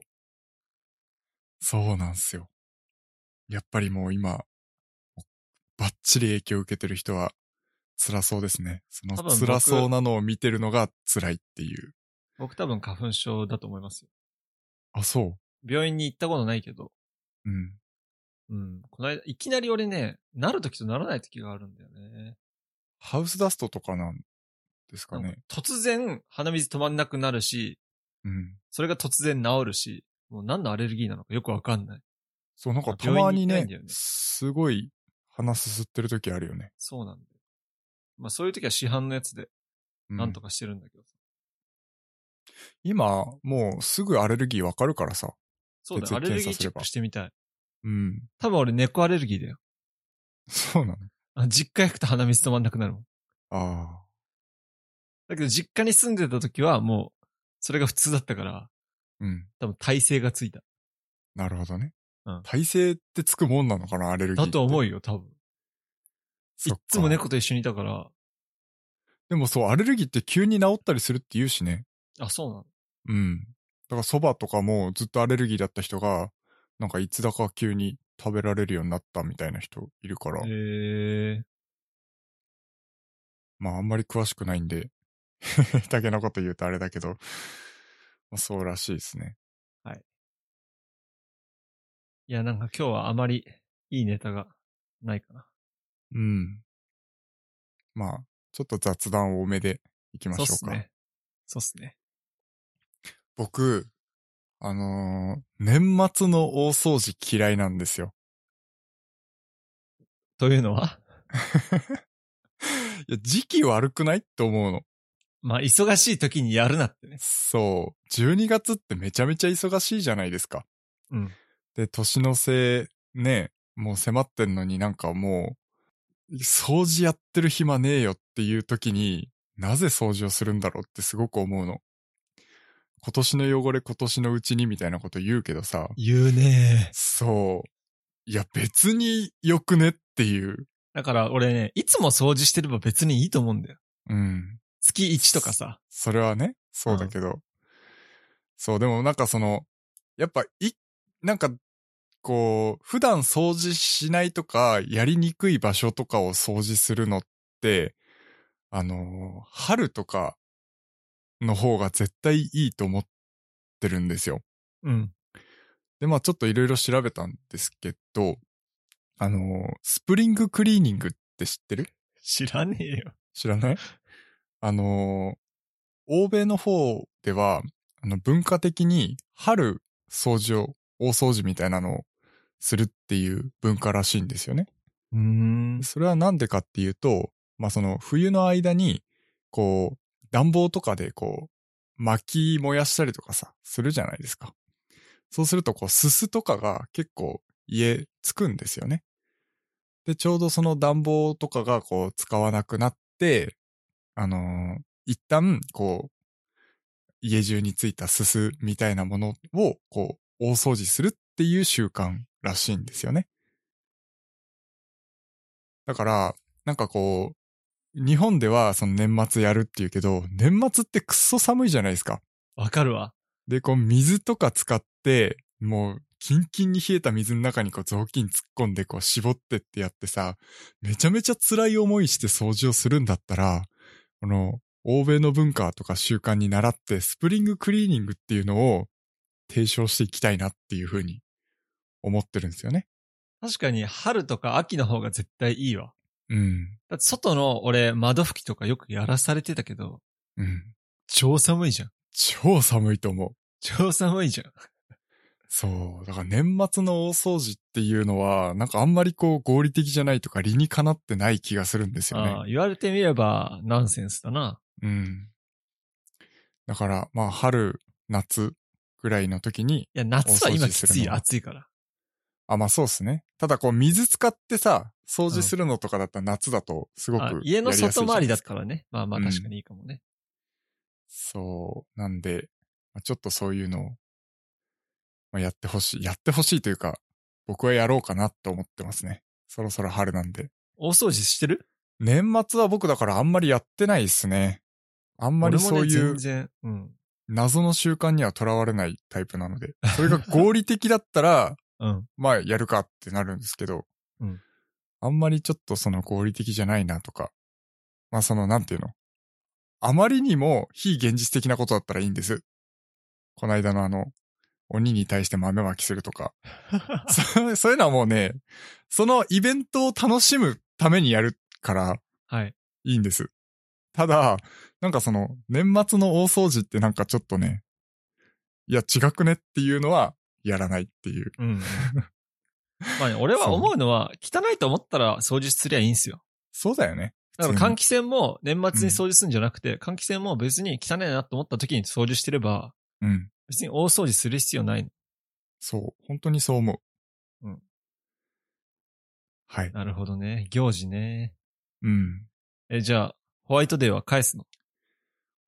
[SPEAKER 1] そうなんすよ。やっぱりもう今、バッチリ影響を受けてる人は、辛そうですね。その
[SPEAKER 2] 多分僕
[SPEAKER 1] 辛そうなのを見てるのが辛いっていう。
[SPEAKER 2] 僕多分花粉症だと思いますよ。
[SPEAKER 1] あ、そ
[SPEAKER 2] 病院に行ったことないけど、
[SPEAKER 1] う。うん。
[SPEAKER 2] うん。この間、いきなり俺ね、なるときとならないときがあるんだよね。
[SPEAKER 1] ハウスダストとかなんですか
[SPEAKER 2] なん
[SPEAKER 1] ね
[SPEAKER 2] か。突然、鼻水止まんなくなるし、
[SPEAKER 1] うん。
[SPEAKER 2] それが突然治るし、もう何のアレルギーなのかよくわかんない。
[SPEAKER 1] そう、なんかた
[SPEAKER 2] 病
[SPEAKER 1] ま
[SPEAKER 2] 院に
[SPEAKER 1] に
[SPEAKER 2] 行きたい
[SPEAKER 1] ね、
[SPEAKER 2] んだよね
[SPEAKER 1] すごい鼻すすってる時あるよね。
[SPEAKER 2] そうなんだよ。まあそういうときは市販のやつで
[SPEAKER 1] うん、
[SPEAKER 2] なんとかしてるんだけどさ。
[SPEAKER 1] 今、もうすぐアレルギーわかるからさ。
[SPEAKER 2] そうだ
[SPEAKER 1] 血
[SPEAKER 2] よ、ア
[SPEAKER 1] 液
[SPEAKER 2] レルギ
[SPEAKER 1] 検査
[SPEAKER 2] ー
[SPEAKER 1] す
[SPEAKER 2] チェ
[SPEAKER 1] れ
[SPEAKER 2] ッ
[SPEAKER 1] ば
[SPEAKER 2] クしてみたい。
[SPEAKER 1] うん。 <laughs>
[SPEAKER 2] 多分俺猫アレルギーだよ。
[SPEAKER 1] そうなの。
[SPEAKER 2] あ実家行くと鼻水止まんなくなるもん。
[SPEAKER 1] ああ。
[SPEAKER 2] だけど実家に住んでた時はもう、それが普通だったから、
[SPEAKER 1] うん。
[SPEAKER 2] 多分耐性がついた。
[SPEAKER 1] なるほどね。
[SPEAKER 2] うん
[SPEAKER 1] 体勢ってつくもんなのかな、アレルギーっ
[SPEAKER 2] だ
[SPEAKER 1] て。
[SPEAKER 2] と思う
[SPEAKER 1] よ。
[SPEAKER 2] よ、多分。い
[SPEAKER 1] そ
[SPEAKER 2] っ
[SPEAKER 1] っか
[SPEAKER 2] つも。猫と一緒にいたから、
[SPEAKER 1] でもそう、アレルギーって急に治ったりするって言うしね。
[SPEAKER 2] あ、そうなの
[SPEAKER 1] うん。だからそばとかもずっとアレルギーだった人が、なんかいつだか急に食べられるようになったみたいな人いるから、
[SPEAKER 2] へえ。
[SPEAKER 1] まああんまり詳しくないんで、 <laughs> 下手なこと言うとあれだけど、 <laughs> まあ、そうらしいですね。
[SPEAKER 2] いや、なんか今日はあまりいいネタがないかな。
[SPEAKER 1] うん。まあ、ちょっと雑談多めでいきまし
[SPEAKER 2] そ
[SPEAKER 1] ょう
[SPEAKER 2] うっ
[SPEAKER 1] か。
[SPEAKER 2] すね。そうっすね。
[SPEAKER 1] 僕、あのー年末の大掃除嫌いなんですよ。
[SPEAKER 2] というのは
[SPEAKER 1] いや、時期悪くないって思うの。
[SPEAKER 2] まあ、忙しい時にやるなってね。
[SPEAKER 1] そう。12月ってめちゃめちゃ忙しいじゃないですか。
[SPEAKER 2] うん。
[SPEAKER 1] で、年のせい、ね、もう迫ってんのになんかもう、掃除やってる暇ねえよっていう時に、なぜ掃除をするんだろうってすごく思うの。今年の汚れ今年のうちにみたいなこと言うけどさ、
[SPEAKER 2] 言うね
[SPEAKER 1] そう。いや別によくねっていう。
[SPEAKER 2] だから俺ね、いつも掃除してれば別にいいと思うんだよ。
[SPEAKER 1] うん。
[SPEAKER 2] 月1とかさ。
[SPEAKER 1] それはね、そうだけど。そう、でもなんかその、やっぱい、なんか、こう、普段掃除しないとか、やりにくい場所とかを掃除するのって、あのー春とかの方が絶対いいと思ってるんですよ。
[SPEAKER 2] うん。
[SPEAKER 1] で、まあちょっといろいろ調べたんですけど、あのースプリングクリーニングって知ってる
[SPEAKER 2] 知らねえよ。
[SPEAKER 1] 知らないあのー欧米の方では、あの文化的に春掃除を、大掃除みたいなのをするっていう文化らしいんですよね。
[SPEAKER 2] うーん。
[SPEAKER 1] それはなんでかっていうと、まあその冬の間に、こう、暖房とかでこう、薪燃やしたりとかさ、するじゃないですか。そうすると、こう、すすとかが結構家つくんですよね。で、ちょうどその暖房とかがこう、使わなくなって、あのー一旦、こう、家中についたすすみたいなものを、こう、大掃除するっていう習慣らしいんですよね。だから、なんかこう、日本ではその年末やるっていうけど、年末ってくっそ寒いじゃないですか。
[SPEAKER 2] わかるわ。
[SPEAKER 1] で、こう水とか使って、もうキンキンに冷えた水の中にこう雑巾突っ込んでこう絞ってってやってさ、めちゃめちゃ辛い思いして掃除をするんだったら、この欧米の文化とか習慣に習ってスプリングクリーニングっていうのを提唱していきたいなっていうふうに思ってるんですよね。
[SPEAKER 2] 確かに春とか秋の方が絶対いいわ。
[SPEAKER 1] うん。
[SPEAKER 2] だって外の俺窓拭きとかよくやらされてたけど、
[SPEAKER 1] うん。
[SPEAKER 2] 超寒いじゃん。
[SPEAKER 1] 超寒いと思う。
[SPEAKER 2] 超寒いじゃん。
[SPEAKER 1] そう。だから年末の大掃除っていうのは、なんかあんまりこう合理的じゃないとか理にかなってない気がするんですよ
[SPEAKER 2] あ
[SPEAKER 1] ね。
[SPEAKER 2] あ言われてみればナンセンスだな。
[SPEAKER 1] うん。だから、まあ春、夏ぐらいの時に、
[SPEAKER 2] いや、夏は
[SPEAKER 1] 大掃
[SPEAKER 2] 今
[SPEAKER 1] 除
[SPEAKER 2] き
[SPEAKER 1] する
[SPEAKER 2] つ
[SPEAKER 1] の
[SPEAKER 2] い、暑いから。
[SPEAKER 1] あ、まあそうですね。ただこう水使ってさ、掃除するのとかだったら夏だとすごく
[SPEAKER 2] あ
[SPEAKER 1] やりやすいじ
[SPEAKER 2] 家
[SPEAKER 1] ゃない
[SPEAKER 2] の
[SPEAKER 1] ですか。
[SPEAKER 2] 外回りだったらね。まあまあ
[SPEAKER 1] うん
[SPEAKER 2] 確かにいいかもね。
[SPEAKER 1] そう。なんで、まあちょっとそういうのを、まあ、やってほしい。やってほしいというか、僕はやろうかなと思ってますね。そろそろ春なんで。
[SPEAKER 2] 大掃除してる
[SPEAKER 1] 年末は僕だからあんまりやってないですね。あんまりそう
[SPEAKER 2] 俺
[SPEAKER 1] い
[SPEAKER 2] もね全
[SPEAKER 1] う
[SPEAKER 2] 然。うん。
[SPEAKER 1] 謎の習慣にはとらわれないタイプなの
[SPEAKER 2] <laughs>
[SPEAKER 1] で、それが合理的だったら、
[SPEAKER 2] うん。
[SPEAKER 1] まあやるかってなるんですけど、
[SPEAKER 2] うん
[SPEAKER 1] あんまりちょっとその合理的じゃないなとか、まあその、なんていうの。あまりにも非現実的なことだったらいいんです。この間のあの、鬼に対して豆まきすると
[SPEAKER 2] <laughs>
[SPEAKER 1] か。そ <laughs> そういうのはもうね、そのイベントを楽しむためにやるから
[SPEAKER 2] はい。
[SPEAKER 1] いいんです。ただ、なんかその、年末の大掃除ってなんかちょっとね、いや違くねっていうのはやらないっていう。
[SPEAKER 2] うん。 <laughs> まあね、俺は思うのは、汚いと思ったら掃除すりゃいいんですよ。
[SPEAKER 1] そうだよね。
[SPEAKER 2] だから
[SPEAKER 1] 普通に
[SPEAKER 2] 換気扇も年末に掃除するんじゃなくて、換気扇も別に汚いなと思った時に掃除してれば、
[SPEAKER 1] うん。
[SPEAKER 2] 別に大掃除する必要ないの。
[SPEAKER 1] そう。本当にそう思う。
[SPEAKER 2] うん。
[SPEAKER 1] はい。
[SPEAKER 2] なるほどね。行事ね。
[SPEAKER 1] うん。
[SPEAKER 2] え、じゃあ、ホワイトデーは返すの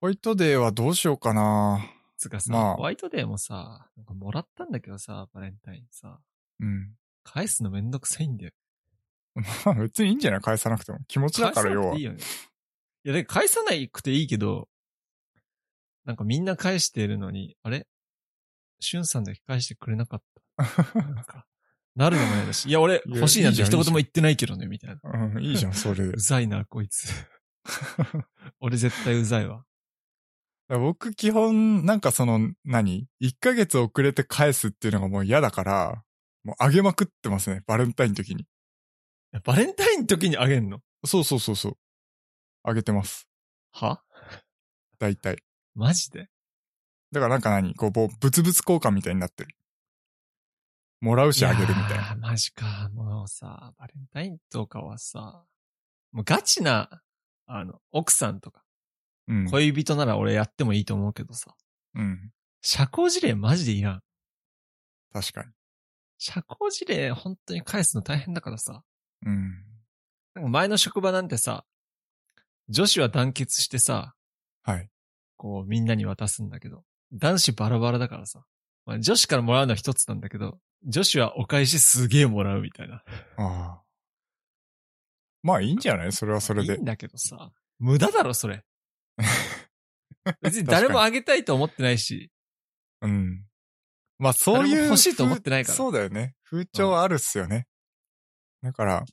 [SPEAKER 1] ホワイトデーはどうしようかな
[SPEAKER 2] つうかさ、
[SPEAKER 1] まあ
[SPEAKER 2] ホワイトデーもさ、なんかもらったんだけどさ、バレンタインさ、
[SPEAKER 1] うん。 <laughs>
[SPEAKER 2] 返すのめんどくさいんだよ。
[SPEAKER 1] まあ別にいいんじゃない返さなくても。気持ちだから
[SPEAKER 2] 返さ
[SPEAKER 1] 要
[SPEAKER 2] なく
[SPEAKER 1] は
[SPEAKER 2] ていい。よね。いや、で返さなくていいけど、なんかみんな返してるのに、あれしゅんさんだけ返してくれなかった。なんかなるのも嫌だし。いや、俺
[SPEAKER 1] や
[SPEAKER 2] 欲しいなんて
[SPEAKER 1] いい
[SPEAKER 2] 一
[SPEAKER 1] じゃん
[SPEAKER 2] 言も言ってないけどね、みたいな。
[SPEAKER 1] うん、いいじゃん、それで
[SPEAKER 2] う。ざいな、こ
[SPEAKER 1] <laughs>
[SPEAKER 2] いつ。俺絶対うざいわ。
[SPEAKER 1] 僕基本、なんかその、何 ?1 ヶ月遅れて返すっていうのがもう嫌だから、もうあげまくってますね。バレンタインの時に。
[SPEAKER 2] いやバレンタインの時にあげんの
[SPEAKER 1] そうそうそうそう。あげてます。
[SPEAKER 2] は
[SPEAKER 1] 大体。
[SPEAKER 2] マジで
[SPEAKER 1] だからなんか何こう、ぼ物々交換みたいになってる。もらうしあげるみたい
[SPEAKER 2] や
[SPEAKER 1] な。
[SPEAKER 2] ーマジか。もうさ、バレンタインとかはさ、もうガチな、あの、奥さんとか、
[SPEAKER 1] うん。
[SPEAKER 2] 恋人なら俺やってもいいと思うけどさ、
[SPEAKER 1] うん。
[SPEAKER 2] 社交辞令マジでいらん。
[SPEAKER 1] 確かに。
[SPEAKER 2] 社交辞令本当に返すの大変だからさ、
[SPEAKER 1] うん。
[SPEAKER 2] なんか前の職場なんてさ、女子は団結してさ、
[SPEAKER 1] はい。
[SPEAKER 2] こうみんなに渡すんだけど、男子バラバラだからさ、まあ、女子からもらうのは一つなんだけど、女子はお返しすげえもらうみたいな。
[SPEAKER 1] ああ。まあいいんじゃないそれはそれで。
[SPEAKER 2] いいんだけどさ、無駄だろ、
[SPEAKER 1] <laughs>
[SPEAKER 2] それ。別に誰もあげたいと思ってないし、
[SPEAKER 1] うん。まあそういう。
[SPEAKER 2] 誰も欲しいと思ってないか
[SPEAKER 1] 風
[SPEAKER 2] ら
[SPEAKER 1] そうだよね。風潮はあるっすよね。だから、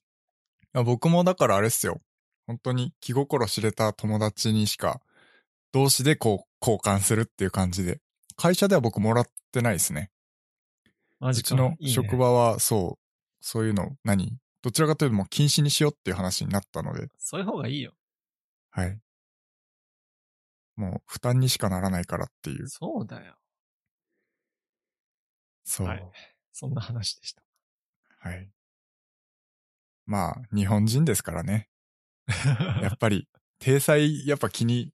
[SPEAKER 1] あ僕もだからあれっすよ。本当に気心知れた友達にしか、同士でこう交換するっていう感じで。会社では僕もらってないですね。
[SPEAKER 2] マ
[SPEAKER 1] う
[SPEAKER 2] ジ
[SPEAKER 1] ち
[SPEAKER 2] か。
[SPEAKER 1] の
[SPEAKER 2] いいね
[SPEAKER 1] 職場はそう、そういうの、何どちらかというともう禁止にしようっていう話になったので、
[SPEAKER 2] そういう方がいいよ。
[SPEAKER 1] はい。もう負担にしかならないからっていう。
[SPEAKER 2] そうだよ。
[SPEAKER 1] そう。
[SPEAKER 2] はいそんな話
[SPEAKER 1] <laughs>
[SPEAKER 2] でした。
[SPEAKER 1] はい。まあ、日本人ですから
[SPEAKER 2] <laughs>
[SPEAKER 1] ね。やっぱり、体裁、やっぱ気に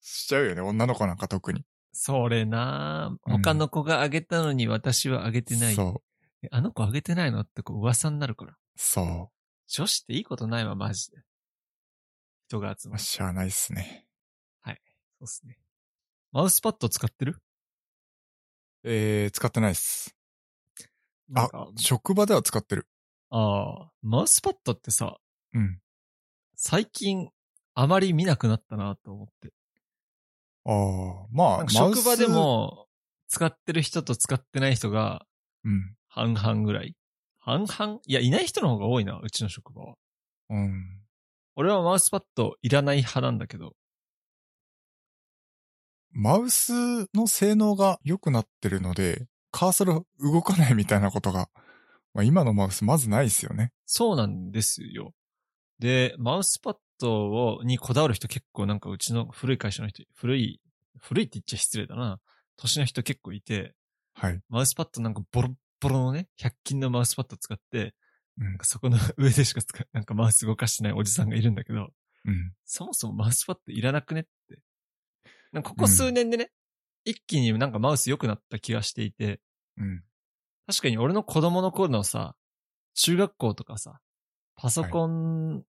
[SPEAKER 1] しちゃうよね。女の子なんか特に。
[SPEAKER 2] それなあ
[SPEAKER 1] うん
[SPEAKER 2] 他の子があげたのに私はあげてない。
[SPEAKER 1] そう。
[SPEAKER 2] えあの子あげてないのってこう噂になるから。
[SPEAKER 1] そ
[SPEAKER 2] 女子っていいことないわ、マジで。人が集
[SPEAKER 1] う。
[SPEAKER 2] ま
[SPEAKER 1] まあ
[SPEAKER 2] る。
[SPEAKER 1] しゃあないっすね。
[SPEAKER 2] そうっすね。マウスパッド使ってる
[SPEAKER 1] えー、使ってないっす。
[SPEAKER 2] なん
[SPEAKER 1] あ
[SPEAKER 2] か、
[SPEAKER 1] 職場では使ってる。
[SPEAKER 2] ああ、マウスパッドってさ、
[SPEAKER 1] うん。
[SPEAKER 2] 最近あまり見なくなったなと思って。
[SPEAKER 1] ああ、まあ
[SPEAKER 2] なん、か
[SPEAKER 1] マウ
[SPEAKER 2] 職
[SPEAKER 1] ス
[SPEAKER 2] 場で。も、使ってる人と使ってない人が
[SPEAKER 1] うん。
[SPEAKER 2] 半々ぐらい。半々いや、いない人の方が多いな、うちの職場は。
[SPEAKER 1] うん。
[SPEAKER 2] 俺はマウスパッドいらない派なんだけど。
[SPEAKER 1] マウスの性能が良くなってるので、カーソル動かないみたいなことが、まあ、今のマウスまずないっすよね。
[SPEAKER 2] そうなんですよ。で、マウスパッドを、にこだわる人結構なんかうちの古い会社の人、古い、古いって言っちゃ失礼だな。年の人結構いて、
[SPEAKER 1] はい。
[SPEAKER 2] マウスパッドなんかボロッボロのね、100均のマウスパッド使って、
[SPEAKER 1] うん
[SPEAKER 2] なんかそこの上でしか使う、なんかマウス動かしてないおじさんがいるんだけど、
[SPEAKER 1] うん。
[SPEAKER 2] そもそもマウスパッドいらなくねって。なんかここ数年でね、一気になんかマウス良くなった気がしていて、
[SPEAKER 1] うん。
[SPEAKER 2] 確かに俺の子供の頃のさ、中学校とかさ、パソコン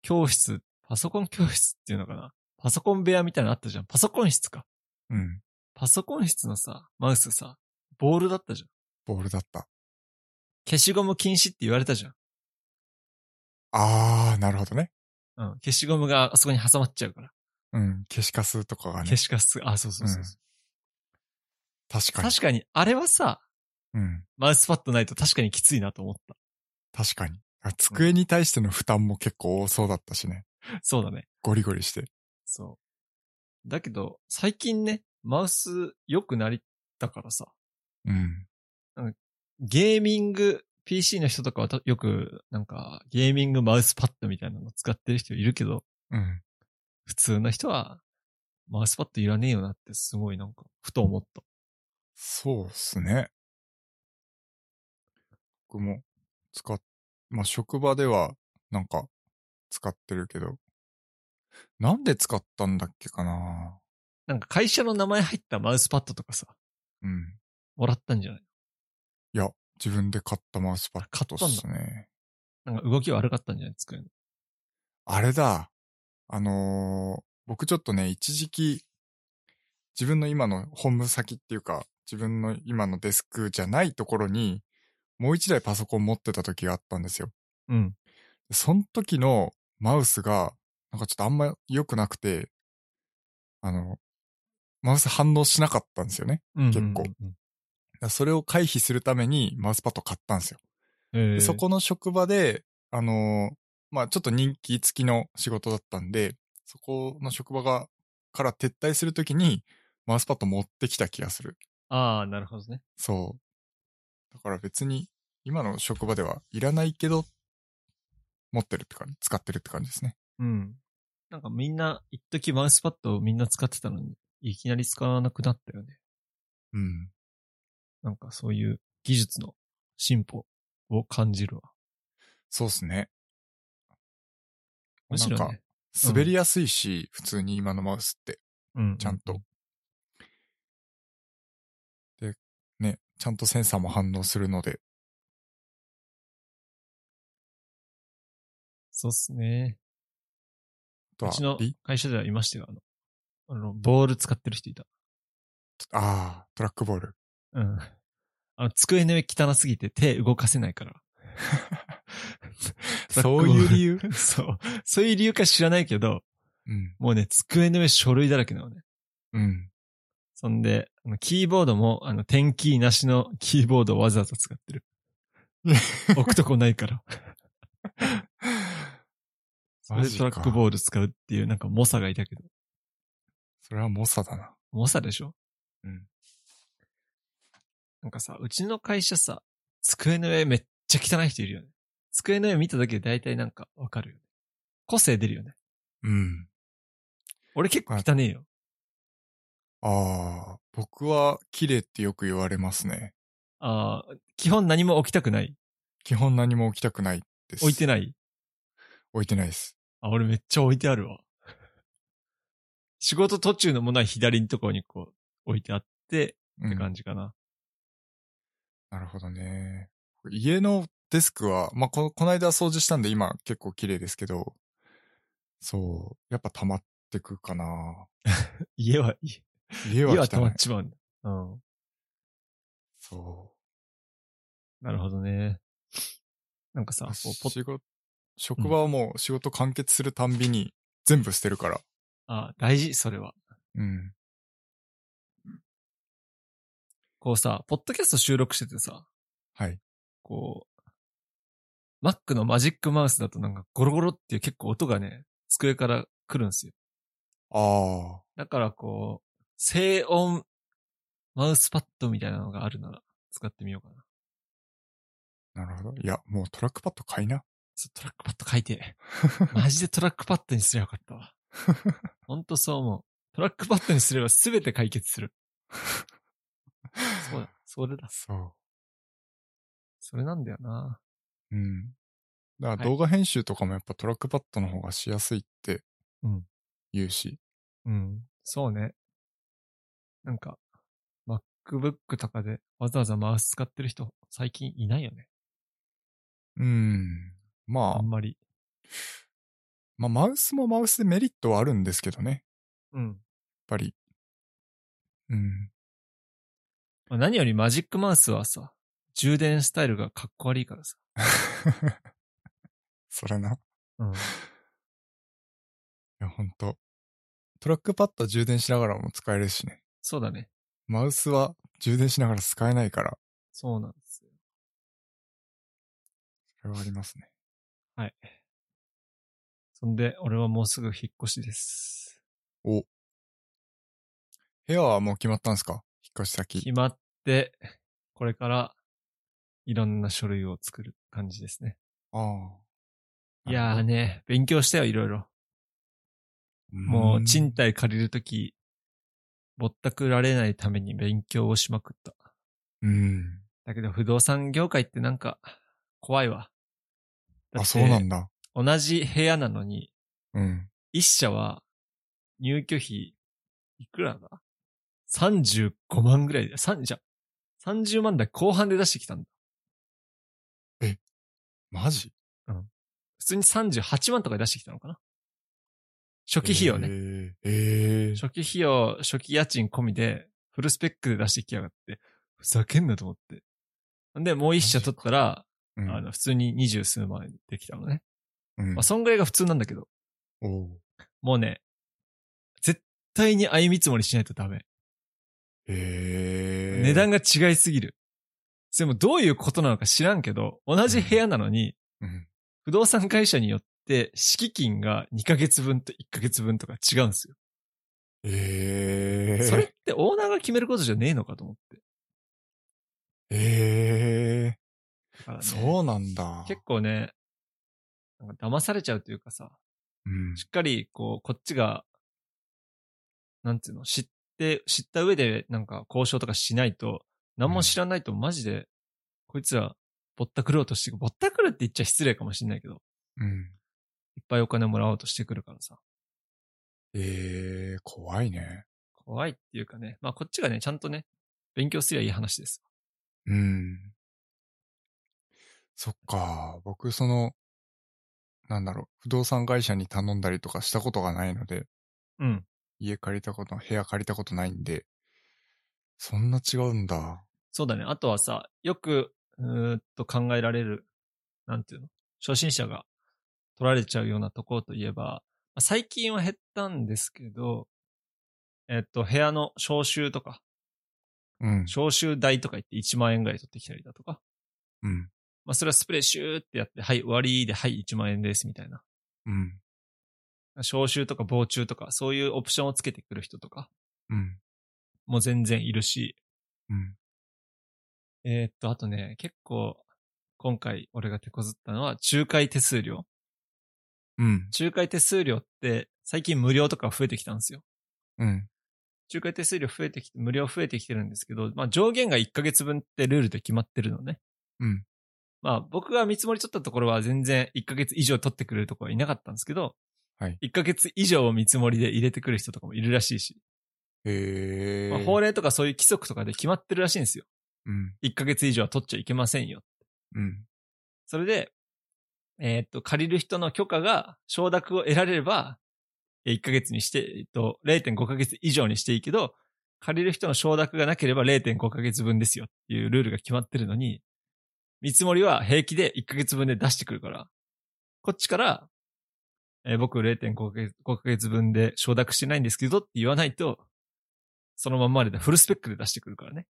[SPEAKER 2] 教室、パソコン教室っていうのかなパソコン部屋みたいなのあったじゃん。パソコン室か。
[SPEAKER 1] うん。
[SPEAKER 2] パソコン室のさ、マウスさ、ボールだったじゃん。
[SPEAKER 1] ボールだった。
[SPEAKER 2] 消しゴム禁止って言われたじゃん。
[SPEAKER 1] ああ、なるほどね。
[SPEAKER 2] うん。消しゴムがあそこに挟まっちゃうから。
[SPEAKER 1] うん。消しカスとかがね
[SPEAKER 2] 消。しカス、あ、そうそうそうそう、
[SPEAKER 1] 確かに。
[SPEAKER 2] 確かに、あれはさ、
[SPEAKER 1] うん。
[SPEAKER 2] マウスパッドないと確かにきついなと思った。
[SPEAKER 1] 確かに。あ机に対しての負担も結構多そうだったしね。
[SPEAKER 2] そうだね。
[SPEAKER 1] ゴリゴリして。
[SPEAKER 2] そう。だけど、最近ね、マウス良くなりたからさ、
[SPEAKER 1] うん。
[SPEAKER 2] ゲーミング PC の人とかはたよく、なんか、ゲーミングマウスパッドみたいなの使ってる人いるけど、
[SPEAKER 1] うん。
[SPEAKER 2] 普通の人は、マウスパッドいらねえよなってすごいなんか、ふと思った。
[SPEAKER 1] そうっすね。僕も使っ、まあ、職場ではなんか使ってるけど、なんで使ったんだっけかな
[SPEAKER 2] なんか会社の名前入ったマウスパッドとかさ、
[SPEAKER 1] うん。
[SPEAKER 2] もらったんじゃない
[SPEAKER 1] いや、自分で買ったマウスパッドっすね。
[SPEAKER 2] なんか動き悪かったんじゃない机の。
[SPEAKER 1] あれだ。あのー僕ちょっとね、一時期、自分の今の本部先っていうか、自分の今のデスクじゃないところに、もう一台パソコン持ってた時があったんですよ。
[SPEAKER 2] うん。
[SPEAKER 1] その時のマウスが、なんかちょっとあんま良くなくて、あの、マウス反応しなかったんですよね。
[SPEAKER 2] うん
[SPEAKER 1] 結構。だからそれを回避するためにマウスパッド買ったんですよ。
[SPEAKER 2] え
[SPEAKER 1] でそこの職場で、あのーまあちょっと人気付きの仕事だったんで、そこの職場が、から撤退するときに、マウスパッド持ってきた気がする。
[SPEAKER 2] ああ、なるほどね。
[SPEAKER 1] そう。だから別に、今の職場ではいらないけど、持ってるって感じ、使ってるって感じですね。
[SPEAKER 2] うん。なんかみんな、一時マウスパッドをみんな使ってたのに、いきなり使わなくなったよね。
[SPEAKER 1] うん。
[SPEAKER 2] なんかそういう技術の進歩を感じるわ。
[SPEAKER 1] そうっすね。
[SPEAKER 2] むしろ
[SPEAKER 1] なんか
[SPEAKER 2] ね。
[SPEAKER 1] 滑りやすいし、普通に今のマウスって、
[SPEAKER 2] うん
[SPEAKER 1] ちゃんと。。で、ね、ちゃんとセンサーも反応するので、
[SPEAKER 2] そうっすね。
[SPEAKER 1] あと
[SPEAKER 2] う
[SPEAKER 1] は
[SPEAKER 2] ちの
[SPEAKER 1] リ
[SPEAKER 2] 会社ではいましたよ。あの、あのボール使ってる人いた。
[SPEAKER 1] ああ、トラックボール。
[SPEAKER 2] うん。 <laughs> あの、机の上汚すぎて手動かせな
[SPEAKER 1] <laughs>
[SPEAKER 2] いから。
[SPEAKER 1] そういう理由
[SPEAKER 2] <laughs> そう。そういう理由か知らないけど、
[SPEAKER 1] <laughs> うん。
[SPEAKER 2] もうね、机の上書類だらけなのね。
[SPEAKER 1] うん。
[SPEAKER 2] そんで、あのキーボードも、あの、点キーなしのキーボードをわざわざ使ってる。
[SPEAKER 1] <laughs>
[SPEAKER 2] 置くとこないから。それ
[SPEAKER 1] マ
[SPEAKER 2] で
[SPEAKER 1] ジ
[SPEAKER 2] ト
[SPEAKER 1] か
[SPEAKER 2] ラックボール使うっていう、なんか、猛者がいたけど。
[SPEAKER 1] それは猛者だな。
[SPEAKER 2] 猛者でしょ
[SPEAKER 1] うん。
[SPEAKER 2] なんかさ、うちの会社さ、机の上めっちゃ汚い人いるよね。机の上見ただけで大体なんかわかるよね。個性出るよね。
[SPEAKER 1] うん。
[SPEAKER 2] 俺結構汚ねえよ。
[SPEAKER 1] ああ、僕は綺麗ってよく言われますね。
[SPEAKER 2] ああ、基本何も置きたくない。
[SPEAKER 1] 基本何も置きたくないです。
[SPEAKER 2] 置いて
[SPEAKER 1] ない。
[SPEAKER 2] ない。
[SPEAKER 1] 置いてないです。
[SPEAKER 2] あ、俺めっちゃ置いてあ
[SPEAKER 1] <laughs>
[SPEAKER 2] るわ。仕事途中のものは左のところにこう置いてあって
[SPEAKER 1] う
[SPEAKER 2] って
[SPEAKER 1] ん。な
[SPEAKER 2] 感じかな。
[SPEAKER 1] るほどね。家のデスクは、まあ、こ、この間掃除したんで今結構綺麗ですけど、そう、やっぱ溜まってくかな。
[SPEAKER 2] 家は、家
[SPEAKER 1] 家は汚い。
[SPEAKER 2] は溜まっちまうんだ。うん。
[SPEAKER 1] そう。
[SPEAKER 2] なるほどね。なんかさ、こうポッ
[SPEAKER 1] 仕事、職場はもう仕事完結するたんびに全部捨てるから。
[SPEAKER 2] あ、大事、それは。
[SPEAKER 1] うん。
[SPEAKER 2] こうさ、ポッドキャスト収録しててさ、
[SPEAKER 1] はい。
[SPEAKER 2] こう、Mac のマジックマウスだとなんかゴロゴロっていう結構音がね、机から来るんですよ。
[SPEAKER 1] ああ。
[SPEAKER 2] だからこう、静音マウスパッドみたいなのがあるなら使ってみようかな。
[SPEAKER 1] なるほど。いや、もうトラックパッド買いな。
[SPEAKER 2] そうトラックパッド書いて。マジでトラックパッドにすればよかったわ。ほんとそう思う。トラックパッドにすれば全て解決する。そうだ、それだ。
[SPEAKER 1] そ
[SPEAKER 2] それなんだよな。
[SPEAKER 1] う。うん。だか
[SPEAKER 2] はい
[SPEAKER 1] ら動画編集とかもやっぱトラックパッドの方がしやすいって
[SPEAKER 2] うん
[SPEAKER 1] 言うし。
[SPEAKER 2] うん。そうね。なんか、MacBook とかでわざわざマウス使ってる人最近いないよね。
[SPEAKER 1] うん。ま
[SPEAKER 2] あ
[SPEAKER 1] あ
[SPEAKER 2] ん、まり。
[SPEAKER 1] まあ、マウスもマウスでメリットはあるんですけどね。やっ
[SPEAKER 2] うん。
[SPEAKER 1] ぱり。うん。 <laughs>
[SPEAKER 2] まあ、何よりマジックマウスはさ、充電スタイルがかっこ悪いからさ。
[SPEAKER 1] それな。い
[SPEAKER 2] うん。
[SPEAKER 1] や、ほんと。トラックパッドは充電しながらも使えるしね。
[SPEAKER 2] そうだね。
[SPEAKER 1] マウスは充電しながら使えないから、
[SPEAKER 2] そうなんですよ。
[SPEAKER 1] それはありますね。
[SPEAKER 2] そんで、俺はもうすぐ引っ越しです。
[SPEAKER 1] お。部屋はもう決まったんですか引っ越し先。
[SPEAKER 2] 決まって、これから、いろんな書類を作る感じですね。
[SPEAKER 1] ああ。
[SPEAKER 2] いやーね、勉強したよ、いろいろ。
[SPEAKER 1] うん、
[SPEAKER 2] もう、賃貸借りるとき、ぼったくられないために勉強をしまくった。
[SPEAKER 1] うん。
[SPEAKER 2] だけど、不動産業界ってなんか、怖いわ。だ
[SPEAKER 1] あ、
[SPEAKER 2] って
[SPEAKER 1] そうなんだ。
[SPEAKER 2] 同じ部屋なのに、
[SPEAKER 1] うん。
[SPEAKER 2] 一社は、入居費、いくらだ ?35 万ぐらいで、三じゃ、30万台後半で出してきたんだ。
[SPEAKER 1] マジ
[SPEAKER 2] 普通に38万とかで出してきたのかな初期費用ね。
[SPEAKER 1] ね。えー、えー。
[SPEAKER 2] 初期費用、初期家賃込みで、フルスペックで出してきやがって、ふざけんなと思って。んで、もう一社取ったら、
[SPEAKER 1] うん
[SPEAKER 2] あの、普通に二十数万できたのね。
[SPEAKER 1] うん
[SPEAKER 2] まあ、そんぐらいが普通なんだけど、
[SPEAKER 1] おう
[SPEAKER 2] もうね、絶対に相見積もりしないとダメ。
[SPEAKER 1] えー、
[SPEAKER 2] 値段が違いすぎる。でもどういうことなのか知らんけど、同じ部屋なのに、
[SPEAKER 1] うん。
[SPEAKER 2] 不動産会社によって敷金が2ヶ月分と1ヶ月分とか違うんですよ。
[SPEAKER 1] えー、
[SPEAKER 2] それってオーナーが決めることじゃねえのかと思って。
[SPEAKER 1] え
[SPEAKER 2] だか
[SPEAKER 1] ー、
[SPEAKER 2] らね
[SPEAKER 1] そうなんだ。
[SPEAKER 2] 結構ね、なんか騙されちゃうというかさ、
[SPEAKER 1] うん
[SPEAKER 2] しっかりこう、こっちが、なんていうの、知って、知った上でなんか交渉とかしないと、何も知らないとマジで、こいつらぼったくろうとしてくぼったくるって言っちゃ失礼かもしんないけど、
[SPEAKER 1] うん。
[SPEAKER 2] いっぱいお金もらおうとしてくるからさ。
[SPEAKER 1] えー、怖いね。
[SPEAKER 2] 怖いっていうかね。まあこっちがね、ちゃんとね、勉強すりゃいい話です。
[SPEAKER 1] うん。そっか、僕その、なんだろう、不動産会社に頼んだりとかしたことがないので、
[SPEAKER 2] うん。
[SPEAKER 1] 家借りたこと、部屋借りたことないんで、そんな違うんだ。
[SPEAKER 2] そうだね。あとはさ、よく、うーっと考えられる、なんていうの初心者が取られちゃうようなところといえば、まあ最近は減ったんですけど、えっと、部屋の招集とか、
[SPEAKER 1] うん。
[SPEAKER 2] 招集代とか言って1万円ぐらい取ってきたりだとか、
[SPEAKER 1] うん。
[SPEAKER 2] まあそれはスプレーシューってやって、はい、終わりで、はい、1万円ですみたいな。
[SPEAKER 1] うん。
[SPEAKER 2] 招集とか傍注とか、そういうオプションをつけてくる人とか、
[SPEAKER 1] うん。
[SPEAKER 2] もう全然いるし、
[SPEAKER 1] うん。
[SPEAKER 2] えーっと、あとね、結構、今回俺が手こずったのは、仲介手数料。
[SPEAKER 1] うん。
[SPEAKER 2] 仲介手数料って、最近無料とか増えてきたんですよ。
[SPEAKER 1] うん。
[SPEAKER 2] 仲介手数料増えてきて、無料増えてきてるんですけど、まあ上限が1ヶ月分ってルールで決まってるのね。
[SPEAKER 1] うん。
[SPEAKER 2] まあ僕が見積もり取ったところは全然1ヶ月以上取ってくれるところはいなかったんですけど、
[SPEAKER 1] はい
[SPEAKER 2] 1ヶ月以上を見積もりで入れてくる人とかもいるらしいし、
[SPEAKER 1] え
[SPEAKER 2] まあ
[SPEAKER 1] ー。
[SPEAKER 2] 法令とかそういう規則とかで決まってるらしいんですよ。
[SPEAKER 1] うん。
[SPEAKER 2] 1ヶ月以上は取っちゃいけませんよ。
[SPEAKER 1] うん。
[SPEAKER 2] それで、えーっと、借りる人の許可が承諾を得られれば、えー1ヶ月にして、えーっと、0.5ヶ月以上にしていいけど、借りる人の承諾がなければ0.5ヶ月分ですよっていうルールが決まってるのに、見積もりは平気で1ヶ月分で出してくるから、こっちから、えー僕0.5ヶ月 ,5 ヶ月分で承諾してないんですけどって言わないと、そのまんまでだフルスペックで出してくるからね。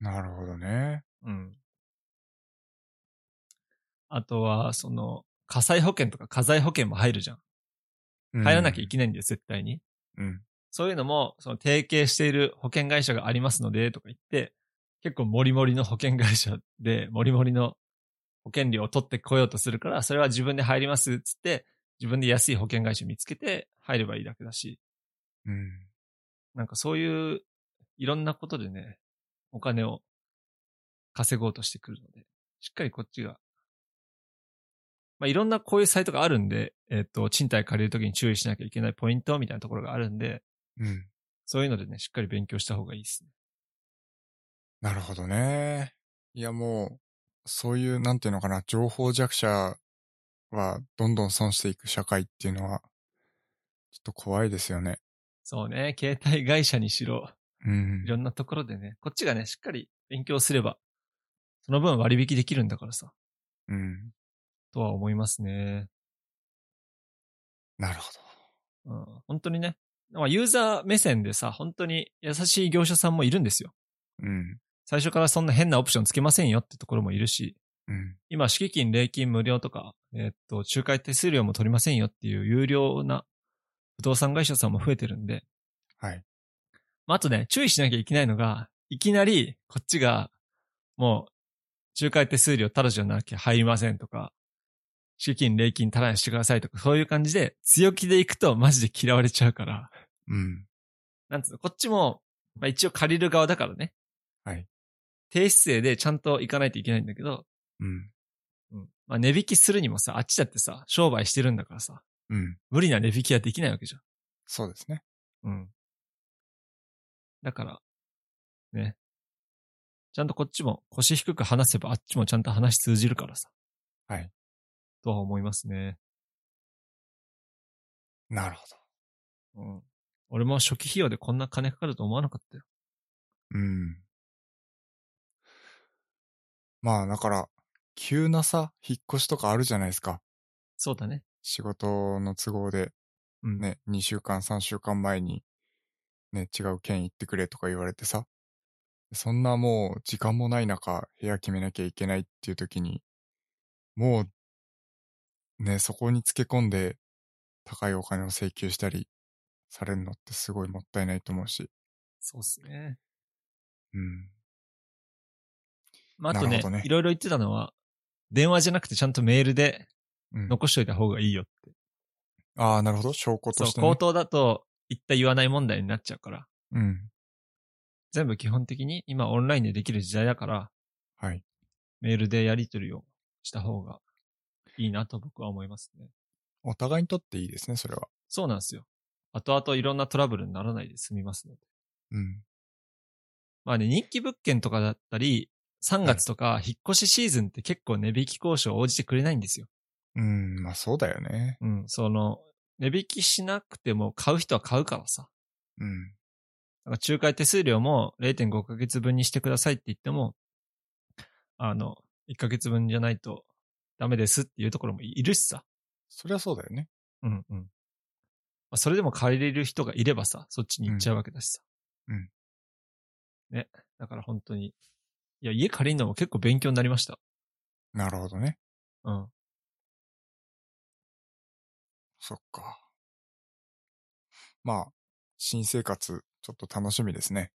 [SPEAKER 1] なるほどね。
[SPEAKER 2] うん。あとは、その、火災保険とか火災保険も入るじゃん。
[SPEAKER 1] 入
[SPEAKER 2] 入らなきゃいけないんだよ、絶対に。
[SPEAKER 1] うん。
[SPEAKER 2] そういうのも、その、提携している保険会社がありますので、とか言って、結構モリモリの保険会社で、 <laughs> モリモリの保険料を取ってこようとするから、それは自分で入ります、つって、自分で安い保険会社見つけて入ればいいだけだし、
[SPEAKER 1] うん。
[SPEAKER 2] なんかそういう、いろんなことでね、お金を稼ごうとしてくるので、しっかりこっちが、まあ、いろんなこういうサイトがあるんで、えっ、と、賃貸借りるときに注意しなきゃいけないポイントみたいなところがあるんで、
[SPEAKER 1] うん。
[SPEAKER 2] そういうのでね、しっかり勉強した方がいいですね。
[SPEAKER 1] なるほどね。いやもう、そういう、なんていうのかな、情報弱者はどんどん損していく社会っていうのは、ちょっと怖いですよね。
[SPEAKER 2] そうね、携帯会社にしろ、
[SPEAKER 1] うん
[SPEAKER 2] い。ろんなところでね、こっちがね、しっかり勉強すれば、その分割引できるんだからさ、
[SPEAKER 1] うん。
[SPEAKER 2] とは思いますね。
[SPEAKER 1] なるほ
[SPEAKER 2] うん、本当にね、まあ、ユーザー目線でさ、本当に優しい業者さんもいるんですよ。
[SPEAKER 1] ど。うん。
[SPEAKER 2] 最初からそんな変なオプションつけませんよってところもいるし、
[SPEAKER 1] うん。
[SPEAKER 2] 今、敷金、礼金無料とか、えーっと、仲介手数料も取りませんよっていう有料な不動産会社さんも増えてるんで、
[SPEAKER 1] はい。
[SPEAKER 2] まあ、あとね、注意しなきゃいけないのが、いきなり、こっちが、もう、仲介手数料ただじゃなきゃ入りませんとか、資金、礼金ただにしてくださいとか、そういう感じで、強気でいくとマジで嫌われちゃうから、
[SPEAKER 1] うん。
[SPEAKER 2] なんつうの、こっちも、まあ、一応借りる側だからね。
[SPEAKER 1] はい。
[SPEAKER 2] 低姿勢でちゃんと行かないといけないんだけど、
[SPEAKER 1] うん。
[SPEAKER 2] うん。まあ、値引きするにもさ、あっちだってさ、商売してるんだからさ、
[SPEAKER 1] うん。
[SPEAKER 2] 無理な値引きはできないわけじゃん。
[SPEAKER 1] そうですね。
[SPEAKER 2] うん。だから、ね。ちゃんとこっちも腰低く話せばあっちもちゃんと話通じるからさ。
[SPEAKER 1] はい。
[SPEAKER 2] とは思いますね。
[SPEAKER 1] なるほど。
[SPEAKER 2] うん。俺も初期費用でこんな金かかると思わなかったよ。
[SPEAKER 1] うん。まあ、だから、急なさ、引っ越しとかあるじゃないですか。
[SPEAKER 2] そうだね。
[SPEAKER 1] 仕事の都合で、
[SPEAKER 2] うん。。
[SPEAKER 1] ね、2週間、3週間前に、ね、違う県行ってくれとか言われてさ。そんなもう、時間もない中、部屋決めなきゃいけないっていう時に、もう、ね、そこにつけ込んで、高いお金を請求したり、されるのってすごいもったいないと思うし。
[SPEAKER 2] そうっすね。
[SPEAKER 1] うん。
[SPEAKER 2] まあ、あと
[SPEAKER 1] な
[SPEAKER 2] ね
[SPEAKER 1] るほどね
[SPEAKER 2] いろいろ言ってたのは、電話じゃなくてちゃんとメールで
[SPEAKER 1] うん、
[SPEAKER 2] 残しといた方がいいよって。
[SPEAKER 1] ああ、なるほど。証拠と
[SPEAKER 2] そう
[SPEAKER 1] し、て、ね。
[SPEAKER 2] 口頭だと言った言わない問題になっちゃうから、
[SPEAKER 1] うん。
[SPEAKER 2] 全部基本的に今オンラインでできる時代だから、
[SPEAKER 1] はい。
[SPEAKER 2] メールでやり取りをした方がいいなと僕は思いますね。
[SPEAKER 1] お互いにとっていいですね、それは。
[SPEAKER 2] そうなんですよ。後々いろんなトラブルにならないで済みますので。
[SPEAKER 1] うん。
[SPEAKER 2] まあね、人気物件とかだったり、3月とか引っ越しシーズンって結構値引き交渉応じてくれないんですよ。
[SPEAKER 1] うん、まあそうだよね。
[SPEAKER 2] うん。その、値引きしなくても買う人は買うからさ。
[SPEAKER 1] うん。
[SPEAKER 2] なんか仲介手数料も0.5ヶ月分にしてくださいって言っても、あの、1ヶ月分じゃないとダメですっていうところもいるしさ。
[SPEAKER 1] そりゃそうだよね。
[SPEAKER 2] うんうん。まあ、それでも借りれる人がいればさ、そっちに行っちゃうわけだしさ。
[SPEAKER 1] うん。
[SPEAKER 2] ね。だから本当に。いや、家借りるのも結構勉強になりました。
[SPEAKER 1] なるほどね。
[SPEAKER 2] うん。
[SPEAKER 1] そっか。まあ、新生活、ちょっと楽しみですね。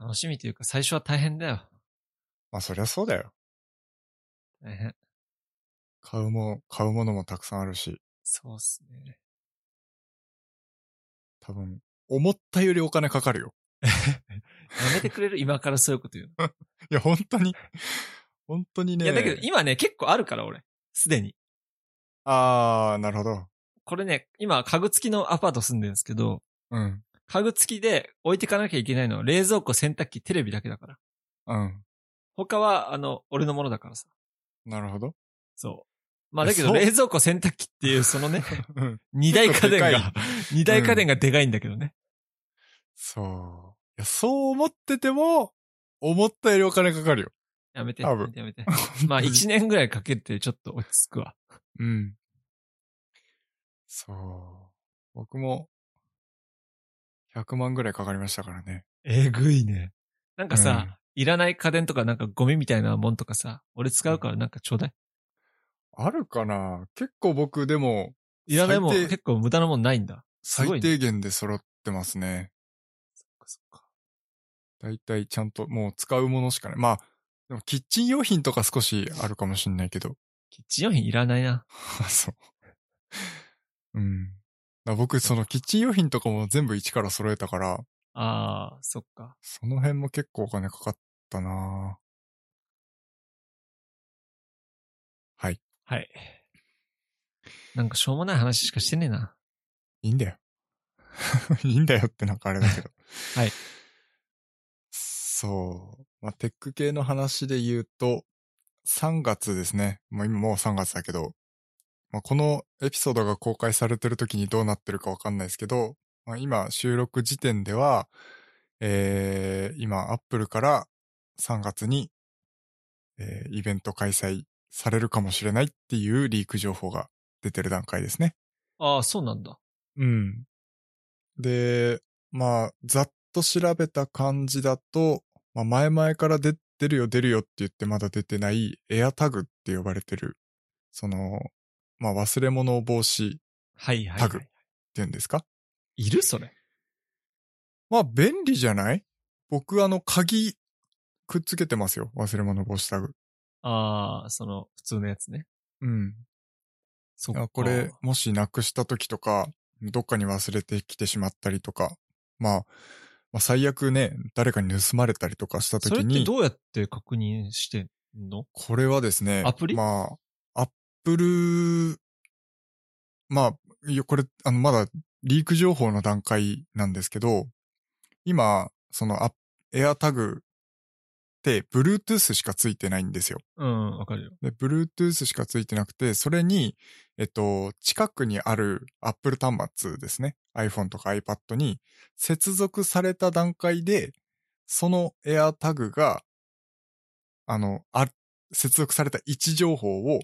[SPEAKER 2] 楽しみというか、最初は大変だよ。
[SPEAKER 1] まあそりゃそうだよ。
[SPEAKER 2] 大変。
[SPEAKER 1] 買うも、買うものもたくさんあるし、
[SPEAKER 2] そうっすね。
[SPEAKER 1] 多分、思ったよりお金かかるよ。
[SPEAKER 2] やめてくれる今からそういうこと言うの。
[SPEAKER 1] いや、本当に。本当にね。
[SPEAKER 2] <laughs> いや、だけど今ね、結構あるから、俺。すでに。
[SPEAKER 1] ああ、なるほど。
[SPEAKER 2] これね、今、家具付きのアパート住んでるんですけど、
[SPEAKER 1] うん。
[SPEAKER 2] 家具付きで置いてかなきゃいけないのは冷蔵庫、洗濯機、テレビだけだから。
[SPEAKER 1] うん。
[SPEAKER 2] 他は、あの、俺のものだからさ。
[SPEAKER 1] なるほど。
[SPEAKER 2] そう。まあ
[SPEAKER 1] え
[SPEAKER 2] だけど、
[SPEAKER 1] そう
[SPEAKER 2] 冷蔵庫、洗濯機っていう、その
[SPEAKER 1] <laughs>
[SPEAKER 2] ね、
[SPEAKER 1] うん。
[SPEAKER 2] 二大家電
[SPEAKER 1] で
[SPEAKER 2] が
[SPEAKER 1] か、
[SPEAKER 2] <laughs> 二大家電がでかいんだけどね。
[SPEAKER 1] そう。いや、そう思ってても、思ったよりお金かかるよ。
[SPEAKER 2] やめて、
[SPEAKER 1] 多
[SPEAKER 2] や
[SPEAKER 1] 分
[SPEAKER 2] めて、やめて。
[SPEAKER 1] <laughs>
[SPEAKER 2] まあ一年ぐらいかけてちょっと落ち着くわ。
[SPEAKER 1] うん。そう。僕も、100万ぐらいかかりましたからね。
[SPEAKER 2] えぐいね。なんかさ、
[SPEAKER 1] うん
[SPEAKER 2] いらない家電とかなんかゴミみたいなもんとかさ、俺使うからなんかちょうだい。
[SPEAKER 1] あるかな結構僕でも、
[SPEAKER 2] いらないもん、
[SPEAKER 1] 最低
[SPEAKER 2] 結構無駄なもんないんだ。すごい
[SPEAKER 1] 最
[SPEAKER 2] ね
[SPEAKER 1] 低限で揃ってますね。だいたいちゃんともう使うものしかない。まあ、でもキッチン用品とか少しあるかもしんないけど。
[SPEAKER 2] キッチン用品いらないな。
[SPEAKER 1] あ <laughs> そう。うん。だから僕、そのキッチン用品とかも全部一から揃えたから、
[SPEAKER 2] ああ、そっか。
[SPEAKER 1] その辺も結構お金かかったなぁはい。
[SPEAKER 2] はい。なんかしょうもない話しかしてねえな。
[SPEAKER 1] いいんだよ。 <laughs> いいんだよってなんかあれだけど。
[SPEAKER 2] <laughs> はい。
[SPEAKER 1] そう。まあ、テック系の話で言うと、3月ですね。もう今もう3月だけど、まあ、このエピソードが公開されてる時にどうなってるかわかんないですけど、まあ、今収録時点では、えー、今 Apple から3月に、えー、イベント開催されるかもしれないっていうリーク情報が出てる段階ですね。
[SPEAKER 2] ああ、そうなんだ。
[SPEAKER 1] うん。で、まあ、ざっと調べた感じだと、まあ、前々から出出るよ出るよって言ってまだ出てない AirTag って呼ばれてる、その、まあ忘れ物防止っ
[SPEAKER 2] はいはい、
[SPEAKER 1] タ
[SPEAKER 2] は
[SPEAKER 1] グ
[SPEAKER 2] い。
[SPEAKER 1] ていうんですか
[SPEAKER 2] いるそれ。
[SPEAKER 1] まあ便利じゃない僕あの鍵くっつけてますよ。忘れ物防止タグ。
[SPEAKER 2] ああ、その、普通のやつね。
[SPEAKER 1] うん。
[SPEAKER 2] そっか
[SPEAKER 1] あこれ、もしなくした時とか、どっかに忘れてきてしまったりとか、まあ、まあ、最悪ね、誰かに盗まれたりとかした
[SPEAKER 2] それ
[SPEAKER 1] 時
[SPEAKER 2] って
[SPEAKER 1] に、
[SPEAKER 2] どうやって確認してんの
[SPEAKER 1] これはですね、
[SPEAKER 2] アプリ
[SPEAKER 1] まあ、アップル、まあ、いやこれ、あの、まだリーク情報の段階なんですけど、今、そのア、エアタグって、Bluetooth しかついてないんですよ。
[SPEAKER 2] うん、わかるよ。
[SPEAKER 1] で、Bluetooth しかついてなくて、それに、えっと、近くにある Apple 端末ですね。iPhone とか iPad に接続された段階で、その AirTag が、あの、あ接続された位置情報を、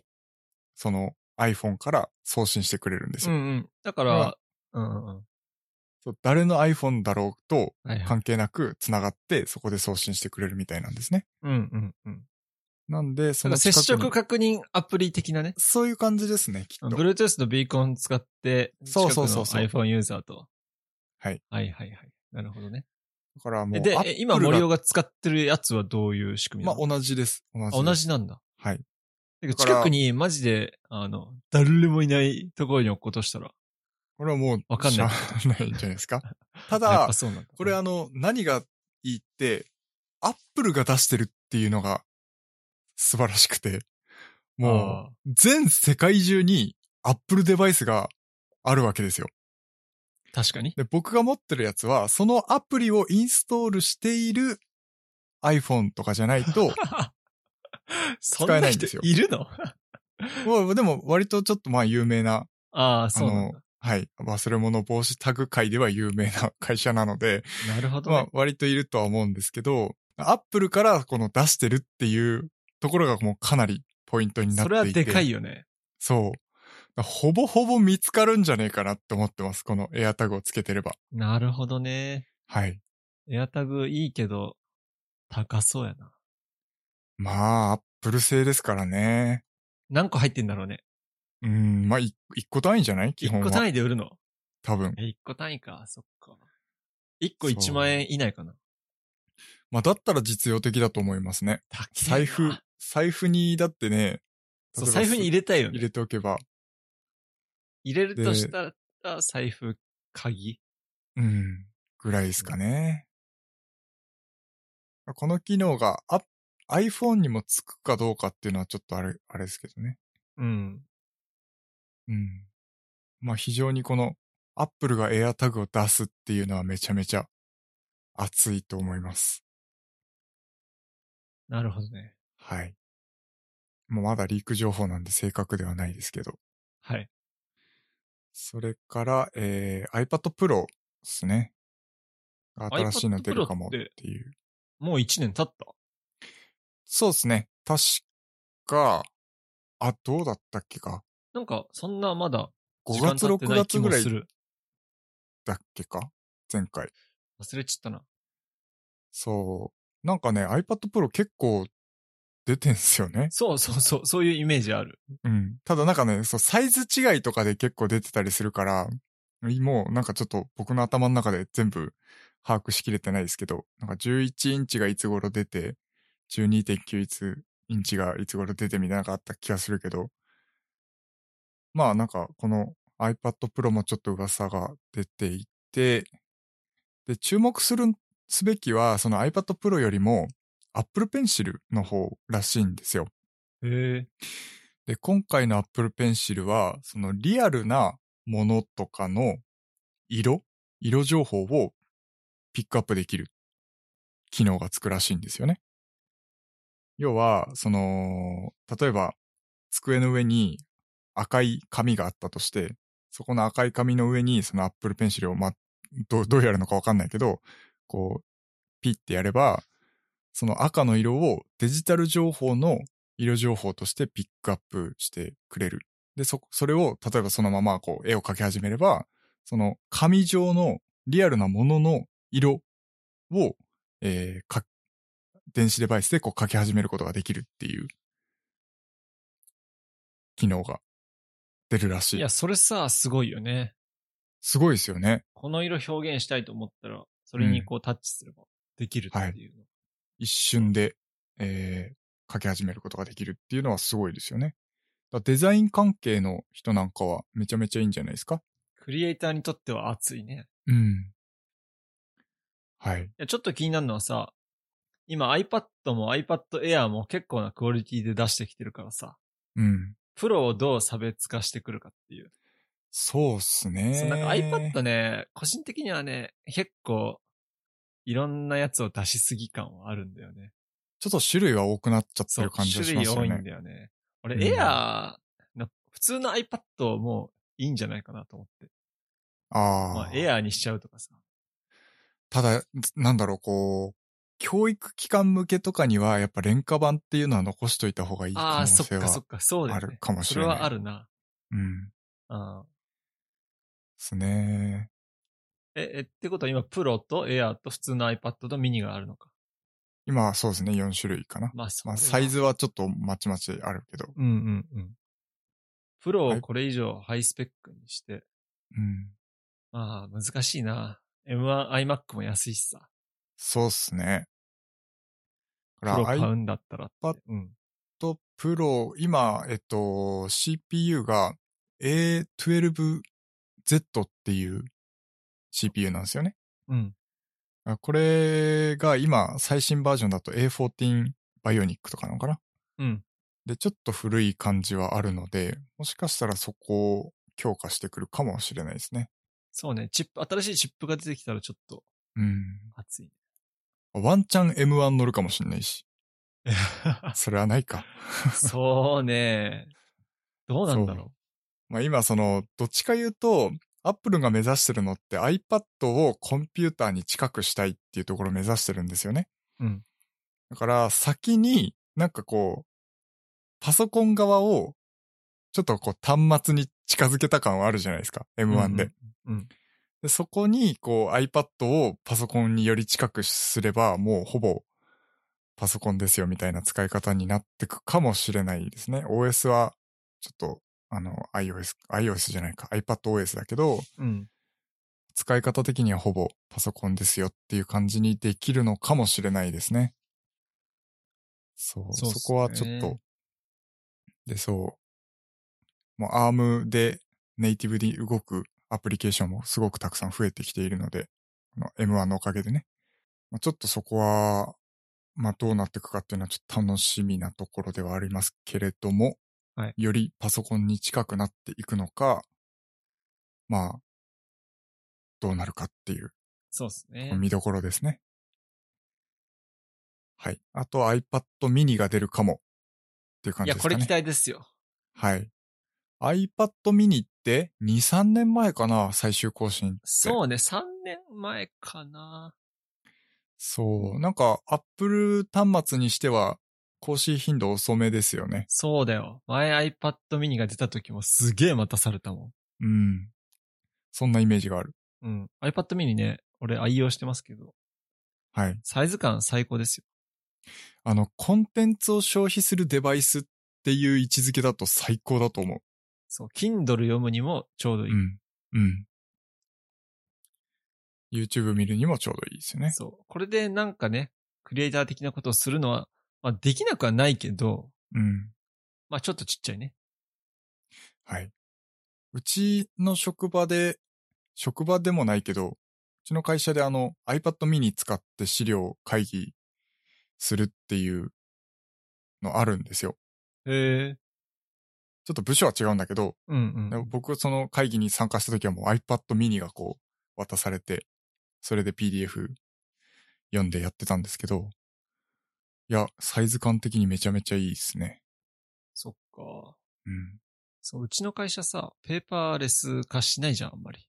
[SPEAKER 1] その iPhone から送信してくれるんです
[SPEAKER 2] うん
[SPEAKER 1] よ。
[SPEAKER 2] うん。だから、うんうんうん。
[SPEAKER 1] そう誰の iPhone だろうと
[SPEAKER 2] はいはい。
[SPEAKER 1] 関係なく繋がって、そこで送信してくれるみたいなんですね。
[SPEAKER 2] うんうんうん。
[SPEAKER 1] なんで、
[SPEAKER 2] だ
[SPEAKER 1] そ
[SPEAKER 2] か
[SPEAKER 1] の
[SPEAKER 2] ら接
[SPEAKER 1] 近くに
[SPEAKER 2] 触確認アプリ的なね。
[SPEAKER 1] そういう感じですね、きっと。
[SPEAKER 2] Bluetooth のビーコン使って、
[SPEAKER 1] そうそうそうそう
[SPEAKER 2] 近くの iPhone ユーザーと。
[SPEAKER 1] はい。
[SPEAKER 2] はいはいはい。なるほどね。
[SPEAKER 1] だからもう
[SPEAKER 2] え、で、え今
[SPEAKER 1] Apple が
[SPEAKER 2] 森尾が使ってるやつはどういう仕組み
[SPEAKER 1] ま
[SPEAKER 2] な
[SPEAKER 1] あ
[SPEAKER 2] の、
[SPEAKER 1] 同じです。同じ
[SPEAKER 2] あ
[SPEAKER 1] です
[SPEAKER 2] 同じなんだ。
[SPEAKER 1] はい。
[SPEAKER 2] てか
[SPEAKER 1] だから
[SPEAKER 2] 近くにマジで、あの、誰もいないところに落っことしたら、
[SPEAKER 1] これはもう、
[SPEAKER 2] わかんない
[SPEAKER 1] しゃあないんじゃないです
[SPEAKER 2] <laughs>
[SPEAKER 1] か。た
[SPEAKER 2] やっ
[SPEAKER 1] だ
[SPEAKER 2] ぱ、そうなんだ。
[SPEAKER 1] これあの、何がいいって、アップルが出してるっていうのが素晴らしくて、も
[SPEAKER 2] あ
[SPEAKER 1] う、全世界中にアップルデバイスがあるわけですよ。
[SPEAKER 2] ー確かに。
[SPEAKER 1] で、僕が持ってるやつは、そのアプリをインストールしている iPhone とかじゃない
[SPEAKER 2] <laughs>
[SPEAKER 1] と、
[SPEAKER 2] そん
[SPEAKER 1] 使え
[SPEAKER 2] な
[SPEAKER 1] ないん
[SPEAKER 2] 人
[SPEAKER 1] ですよ
[SPEAKER 2] いるの
[SPEAKER 1] まあでも割とちょっとまあ有名な
[SPEAKER 2] ああ、
[SPEAKER 1] あ
[SPEAKER 2] そうなん
[SPEAKER 1] の
[SPEAKER 2] だ。、
[SPEAKER 1] はい、忘れ物防止タグ界では有名な会社なので、
[SPEAKER 2] なるほど、
[SPEAKER 1] まあ
[SPEAKER 2] ね。
[SPEAKER 1] 割といるとは思うんですけど、アップルからこの出してるっていうところがもうかなりポイントになっ
[SPEAKER 2] そ
[SPEAKER 1] ていて
[SPEAKER 2] れはでかいよね。
[SPEAKER 1] そう。ほぼほぼ見つかるんじゃねえかなって思ってます。このエアタグをつけてれば。
[SPEAKER 2] なるほどね。
[SPEAKER 1] はい。
[SPEAKER 2] エアタグいいけど、高そうやな。
[SPEAKER 1] まあ、アップル製ですからね。
[SPEAKER 2] 何個入ってんだろうね。
[SPEAKER 1] うん、まあ、い一個単位じゃない基
[SPEAKER 2] 一
[SPEAKER 1] 本は。
[SPEAKER 2] 個単位で売るの。
[SPEAKER 1] 多分。
[SPEAKER 2] え、一個単位か。そっか。一個
[SPEAKER 1] そう
[SPEAKER 2] 一万円以内かな。
[SPEAKER 1] まあ、だったら実用的だと思いますね。
[SPEAKER 2] 高えな
[SPEAKER 1] 財布、財布に、だってね、
[SPEAKER 2] そう、
[SPEAKER 1] 例えば
[SPEAKER 2] 財布に入れたいよ
[SPEAKER 1] 入
[SPEAKER 2] ね。
[SPEAKER 1] れておけば、
[SPEAKER 2] 入れるとしたら、財布、鍵。
[SPEAKER 1] うん、ぐらいですかね。この機能がアッ iPhone にもつくかどうかっていうのはちょっとあれ、あれですけどね。
[SPEAKER 2] うん。
[SPEAKER 1] うん。まあ非常にこの Apple が AirTag を出すっていうのはめちゃめちゃ熱いと思います。
[SPEAKER 2] なるほどね。
[SPEAKER 1] はい。もうまだリーク情報なんで正確ではないですけど。
[SPEAKER 2] はい。
[SPEAKER 1] それから、えー、iPad Pro ですね。新しいの出るかもっていう。
[SPEAKER 2] もう一年経った。
[SPEAKER 1] そうですね。確か、あ、どうだったっけか。
[SPEAKER 2] なんか、そんなまだ、
[SPEAKER 1] 5月、6月ぐらい
[SPEAKER 2] する。
[SPEAKER 1] だっけか前回。
[SPEAKER 2] 忘れちゃったな。
[SPEAKER 1] そう。なんかね、iPad Pro 結構出てんすよね。
[SPEAKER 2] そうそうそう、そういうイメージある。
[SPEAKER 1] うん。ただなんかね、そう、サイズ違いとかで結構出てたりするから、もうなんかちょっと僕の頭の中で全部把握しきれてないですけど、なんか11インチがいつ頃出て、12.9いつインチがいつ頃出てみたいなのがあった気がするけど、まあなんかこの iPad Pro もちょっと噂が出ていて、で、注目する、すべきはその iPad Pro よりも Apple Pencil の方らしいんですよ。
[SPEAKER 2] へえ。
[SPEAKER 1] で、今回の Apple Pencil は、そのリアルなものとかの色、色情報をピックアップできる機能がつくらしいんですよね。要は、その、例えば、机の上に赤い紙があったとして、そこの赤い紙の上にその Apple Pencil を、まあ、どう、どうやるのかわかんないけど、こう、ピッてやれば、その赤の色をデジタル情報の色情報としてピックアップしてくれる。で、そ、それを、例えばそのままこう、絵を描き始めれば、その紙上のリアルなものの色を、えーか、電子デバイスでこう書き始めることができるっていう、機能が出るらし
[SPEAKER 2] い
[SPEAKER 1] い。
[SPEAKER 2] や、それさ、すごいよね。
[SPEAKER 1] すごいですよね。
[SPEAKER 2] この色表現したいと思ったら、それにこうタッチすればできるっていうの。
[SPEAKER 1] 一瞬で、えー書き始めることができるっていうのはすごいですよね。だデザイン関係の人なんかはめちゃめちゃいいんじゃないですか
[SPEAKER 2] クリエイターにとっては熱いね。
[SPEAKER 1] うん。はい。
[SPEAKER 2] いやちょっと気になるのはさ、今 iPad も iPad Air も結構なクオリティで出してきてるからさ、
[SPEAKER 1] うん。
[SPEAKER 2] プロをどう差別化してくるかっていう。
[SPEAKER 1] そうっすね。
[SPEAKER 2] そうなんか iPad ね、個人的にはね、結構、いろんなやつを出しすぎ感はあるんだよね。
[SPEAKER 1] ちょっと種類は多くなっちゃって
[SPEAKER 2] そう、
[SPEAKER 1] る感じがし
[SPEAKER 2] 種
[SPEAKER 1] ま
[SPEAKER 2] 類
[SPEAKER 1] すよ
[SPEAKER 2] 多いん
[SPEAKER 1] ね。
[SPEAKER 2] だよね。俺、
[SPEAKER 1] うん
[SPEAKER 2] Air の、普通の iPad もいいんじゃないかなと思って。ま
[SPEAKER 1] あ
[SPEAKER 2] あ、
[SPEAKER 1] あ。
[SPEAKER 2] Air にしちゃうとかさ。
[SPEAKER 1] ただ、なんだろう、こう、教育機関向けとかには、やっぱ廉価版っていうのは残しといた方がいい可
[SPEAKER 2] ああー、
[SPEAKER 1] 能
[SPEAKER 2] そっ
[SPEAKER 1] 性は。
[SPEAKER 2] かそっか、そうだよね。
[SPEAKER 1] あるかもしれない
[SPEAKER 2] それはあるな。
[SPEAKER 1] うん。で
[SPEAKER 2] うん。
[SPEAKER 1] すね。
[SPEAKER 2] え、え、ってことは今、プロと Air と普通の iPad とミニがあるのか。
[SPEAKER 1] 今はそうですね、4種類かな。
[SPEAKER 2] まあ、そう
[SPEAKER 1] ま
[SPEAKER 2] だ
[SPEAKER 1] あ、
[SPEAKER 2] な
[SPEAKER 1] サイズはちょっとまちまちあるけど。
[SPEAKER 2] うんうんうん。プロ
[SPEAKER 1] は
[SPEAKER 2] を
[SPEAKER 1] い
[SPEAKER 2] これ以上ハイスペックにして、
[SPEAKER 1] うん。
[SPEAKER 2] まあ、難しいな。M1 iMac も安いしさ。
[SPEAKER 1] そうっすね。
[SPEAKER 2] プ
[SPEAKER 1] だ
[SPEAKER 2] ロ
[SPEAKER 1] か
[SPEAKER 2] 買
[SPEAKER 1] ら
[SPEAKER 2] うんだったらって。うん。
[SPEAKER 1] iPad Pro、今、えっと、CPU が A12Z っていう CPU なんですよね。
[SPEAKER 2] うん。
[SPEAKER 1] あこれが今、最新バージョンだと A14 バイオニックとかなのかな
[SPEAKER 2] うん。
[SPEAKER 1] で、ちょっと古い感じはあるので、もしかしたらそこを強化してくるかもしれないですね。
[SPEAKER 2] そうね。チップ、新しいチップが出てきたらちょっと
[SPEAKER 1] うん。
[SPEAKER 2] 熱い。
[SPEAKER 1] ワンチャン M1 乗るかもしれないし。 <laughs> それはないか。
[SPEAKER 2] そうね。どうなんだろ
[SPEAKER 1] まあ今その、どっちか言うと、アップルが目指してるのって iPad をコンピューターに近くしたいっていうところを目指してるんですよね。
[SPEAKER 2] うん。
[SPEAKER 1] だから先になんかこう、パソコン側をちょっとこう端末に近づけた感はあるじゃないですか。
[SPEAKER 2] う。
[SPEAKER 1] M1 で。
[SPEAKER 2] うん。うん。
[SPEAKER 1] でそこにこう iPad をパソコンにより近くすればもうほぼパソコンですよみたいな使い方になってくかもしれないですね。OS はちょっとあの iOS、iOS じゃないか iPadOS だけど
[SPEAKER 2] うん。
[SPEAKER 1] 使い方的にはほぼパソコンですよっていう感じにできるのかもしれないですね。そう、
[SPEAKER 2] そ
[SPEAKER 1] そ
[SPEAKER 2] うっすね
[SPEAKER 1] こはちょっと。で、そう。もう ARM でネイティブに動くアプリケーションもすごくたくさん増えてきているので、この M1 のおかげでね。まあ、ちょっとそこは、まあどうなっていくかっていうのはちょっと楽しみなところではありますけれども、
[SPEAKER 2] はい
[SPEAKER 1] よりパソコンに近くなっていくのか、まあ、どうなるかっていう
[SPEAKER 2] そうですね。
[SPEAKER 1] 見どころですね。はい。あと iPad mini が出るかもっていう感
[SPEAKER 2] い
[SPEAKER 1] じ
[SPEAKER 2] や、
[SPEAKER 1] です
[SPEAKER 2] こ
[SPEAKER 1] かね。
[SPEAKER 2] れ期待ですよ。
[SPEAKER 1] はい。iPad mini って2、3年前かな最終更新って。
[SPEAKER 2] そうね。3年前かな。
[SPEAKER 1] そう。なんか Apple 端末にしては更新頻度遅めですよね。
[SPEAKER 2] そうだよ。前 iPad mini が出た時もすげえ待たされたも
[SPEAKER 1] うん。そんなイメージがある。
[SPEAKER 2] ん。うん。iPad mini ね、俺愛用してますけど、
[SPEAKER 1] はい。
[SPEAKER 2] サイズ感最高ですよ。
[SPEAKER 1] あの、コンテンツを消費するデバイスっていう位置づけだと最高だと思う。
[SPEAKER 2] そう。Kindle 読むにもちょうどいい。
[SPEAKER 1] うん。うん。YouTube 見るにもちょうどいいですよね。
[SPEAKER 2] そう。これでなんかね、クリエイター的なことをするのは、まあできなくはないけど、
[SPEAKER 1] うん。
[SPEAKER 2] まあちょっとちっちゃいね。
[SPEAKER 1] はい。うちの職場で、職場でもないけど、うちの会社であの iPad mini 使って資料会議するっていうのあるんですよ。
[SPEAKER 2] へえ。
[SPEAKER 1] ちょっと部署は違うんだけど、
[SPEAKER 2] うんうん。
[SPEAKER 1] 僕その会議に参加した時はもう iPad mini がこう渡されて、それで PDF 読んでやってたんですけど、いや、サイズ感的にめちゃめちゃいいですね。
[SPEAKER 2] そっか。
[SPEAKER 1] うん。
[SPEAKER 2] そう、うちの会社さ、ペーパーレス化しないじゃん、あんまり。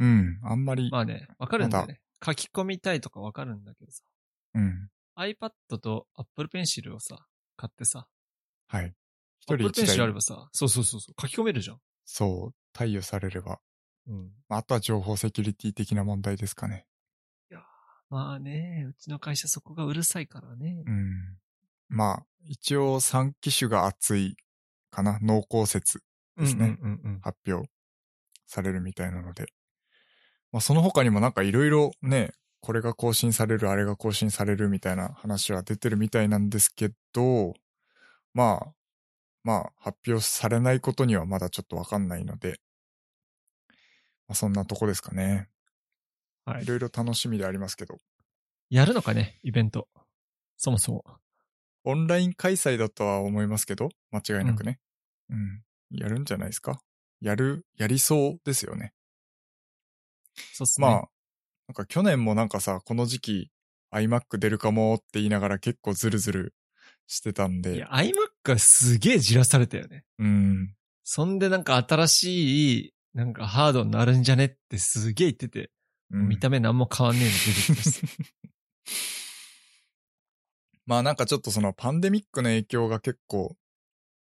[SPEAKER 1] うん、あんまり、
[SPEAKER 2] まあね、わかるんだよね。書き込みたいとかわかるんだけどさ。
[SPEAKER 1] うん。
[SPEAKER 2] iPad と Apple Pencil をさ、買ってさ。
[SPEAKER 1] はい。一
[SPEAKER 2] Apple
[SPEAKER 1] 人一
[SPEAKER 2] Pencil あ
[SPEAKER 1] 台、
[SPEAKER 2] ればさ、そうそうそうそう、書き込めるじゃん。
[SPEAKER 1] そう、貸与されれば。
[SPEAKER 2] うん。
[SPEAKER 1] まああとは情報セキュリティ的な問題ですかね。
[SPEAKER 2] まあね、うちの会社そこがうるさいからね。
[SPEAKER 1] うん。まあ、一応3機種が熱いかな。濃厚説ですね。
[SPEAKER 2] うんうんうん
[SPEAKER 1] 発表されるみたいなので。まあ、その他にもなんかいろいろね、これが更新される、あれが更新されるみたいな話は出てるみたいなんですけど、まあ、まあ、発表されないことにはまだちょっとわかんないので、まあ、そんなとこですかね。
[SPEAKER 2] うん。はい
[SPEAKER 1] い。ろいろ楽しみでありますけど、
[SPEAKER 2] やるのかね、イベント。そもそも。
[SPEAKER 1] オンライン開催だとは思いますけど、間違いなくね。うん。やるんじゃないですか。やる、やりそうですよね。
[SPEAKER 2] そうっすね。
[SPEAKER 1] まあ、なんか去年もなんかさ、この時期 iMac 出るかもって言いながら結構ズルズルしてたん
[SPEAKER 2] い
[SPEAKER 1] で
[SPEAKER 2] や、、iMac がすげえじらされたよね。
[SPEAKER 1] うん。
[SPEAKER 2] そんでなんか新しい、なんかハードになるんじゃねってすげえ言ってて、
[SPEAKER 1] うん
[SPEAKER 2] 見た目なんも変わんねえの出てきま
[SPEAKER 1] <laughs>
[SPEAKER 2] した。
[SPEAKER 1] まあなんかちょっとそのパンデミックの影響が結構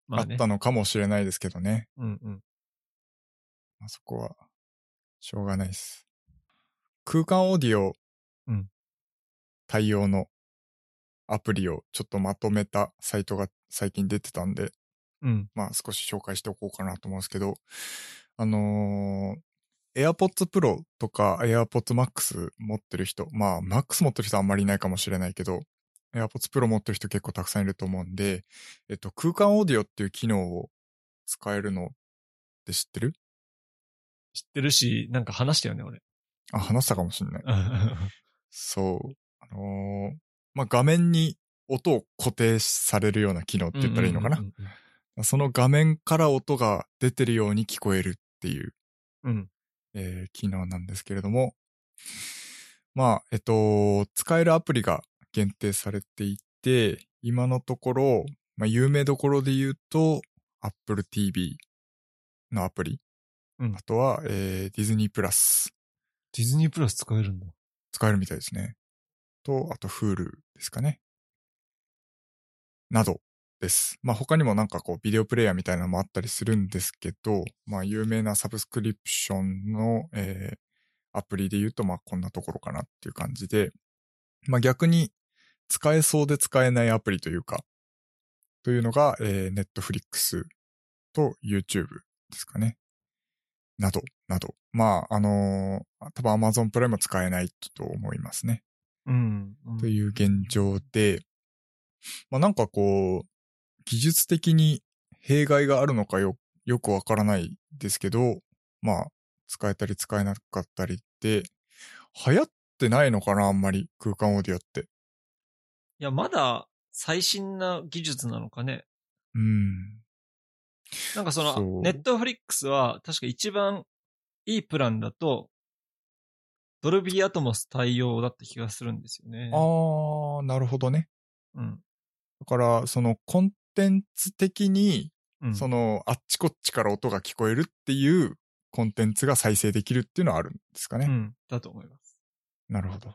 [SPEAKER 2] ま
[SPEAKER 1] あ
[SPEAKER 2] あ
[SPEAKER 1] っ
[SPEAKER 2] ね。
[SPEAKER 1] たのかもしれないですけどね。
[SPEAKER 2] うんうん。
[SPEAKER 1] まあ、そこは、しょうがないです。空間オーディオ、
[SPEAKER 2] うん
[SPEAKER 1] 対応のアプリをちょっとまとめたサイトが最近出てたんで、
[SPEAKER 2] うん。
[SPEAKER 1] まあ少し紹介しておこうかなと思うんですけど、あのー、AirPods Pro とか AirPods Max 持ってる人、まあ Max 持ってる人あんまりいないかもしれないけど、AirPods Pro 持ってる人結構たくさんいると思うんで、えっと、空間オーディオっていう機能を使えるのって知ってる
[SPEAKER 2] 知ってるし、なんか話したよ
[SPEAKER 1] <laughs>
[SPEAKER 2] ね、俺。
[SPEAKER 1] あ、話したかもしれない。
[SPEAKER 2] うん
[SPEAKER 1] そう。あのーまあ、画面に音を固定されるような機能って言ったらいいのかな。
[SPEAKER 2] うんうん
[SPEAKER 1] その画面から音が出てるように聞こえるっていう、
[SPEAKER 2] うんうん。
[SPEAKER 1] えー機能なんですけれども。まあ、えっと、使えるアプリが限定されていて、今のところ、まあ、有名どころで言うと、Apple TV のアプリ。
[SPEAKER 2] うん
[SPEAKER 1] あとは、えー、ディズニープラス。
[SPEAKER 2] ディズニープラス使えるんだ。
[SPEAKER 1] 使えるみたいですね。と、あと Hulu ですかね。などです。まあ他にもなんかこうビデオプレイヤーみたいなのもあったりするんですけど、まあ有名なサブスクリプションの、えーアプリで言うとまあこんなところかなっていう感じで、まあ逆に使えそうで使えないアプリというか、というのが、えー、Netflix と YouTube ですかね。など、など。まあ、あのー多分 Amazon プライムは使えないと思いますね。
[SPEAKER 2] うん。
[SPEAKER 1] という現状で、まあなんかこう、技術的に弊害があるのかよ、よくわからないですけど、まあ、使えたり使えなかったりって、流行ってないのかな、あんまり空間オーディオって。
[SPEAKER 2] いや、まだ最新な技術なのかね。
[SPEAKER 1] うん。
[SPEAKER 2] なんかそ
[SPEAKER 1] そう
[SPEAKER 2] の、ネットフリックスは確か一番いいプランだと、ドルビーアトモス対応だった気がするんですよね。
[SPEAKER 1] あー、なるほどね。
[SPEAKER 2] うん。
[SPEAKER 1] だから、そのコンテンツ的に
[SPEAKER 2] うん。
[SPEAKER 1] その、あっちこっちから音が聞こえるっていうコンテンツが再生できるっていうのはあるんですか
[SPEAKER 2] う
[SPEAKER 1] ね。
[SPEAKER 2] ん。だと思います。
[SPEAKER 1] なるほど。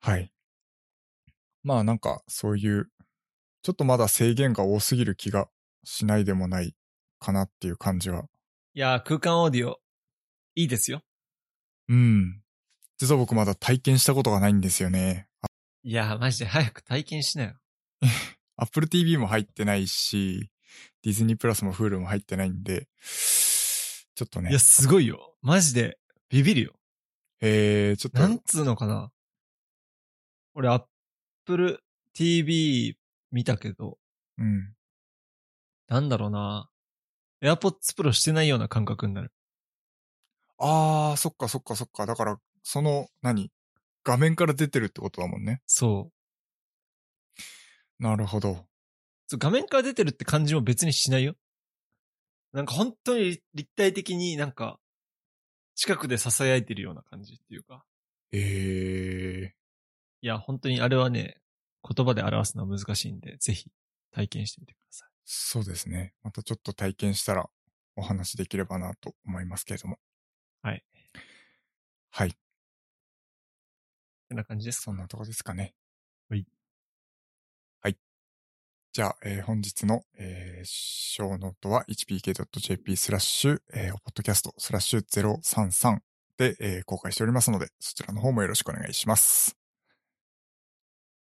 [SPEAKER 1] はい。まあなんかそういう、ちょっとまだ制限が多すぎる気がしないでもないかなっていう感じは。
[SPEAKER 2] いやー、空間オーディオ、いいですよ。
[SPEAKER 1] うん。実は僕まだ体験したことがないんですよね。
[SPEAKER 2] いやー、マジで早く体験しなよ。
[SPEAKER 1] Apple TV も入ってないし、ディズニープラスも Hulu も入ってないんで、ちょっとね。
[SPEAKER 2] いや、すごいよ。マジで、ビビるよ。
[SPEAKER 1] えー、ちょっと。
[SPEAKER 2] なんつうのかな。俺、Apple TV 見たけど、
[SPEAKER 1] うん。
[SPEAKER 2] なんだろうな。AirPods Pro してないような感覚になる。
[SPEAKER 1] ああ、そっかそっかそっか。だから、その、何画面から出てるってことだもんね。
[SPEAKER 2] そう
[SPEAKER 1] なるほど。
[SPEAKER 2] そう。画面から出てるって感じも別にしないよ。なんか本当に立体的になんか、近くで囁いてるような感じっていうか。
[SPEAKER 1] ええ
[SPEAKER 2] いや、本当にあれはね、言葉で表すのは難しいんで、ぜひ体験してみてください。
[SPEAKER 1] そうですね。またちょっと体験したらお話しできればなと思いますけれども。
[SPEAKER 2] はい。
[SPEAKER 1] はい。
[SPEAKER 2] こんな感じですか
[SPEAKER 1] そんなとこですかね。
[SPEAKER 2] はい。
[SPEAKER 1] はい。じゃあ、えー本日の、えー、ショーノートは hpk.jp スラッシュ、えー、ポッドキャストスラッシュ033で、えー公開しておりますので、そちらの方もよろしくお願いします。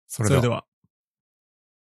[SPEAKER 1] そ
[SPEAKER 2] それでは。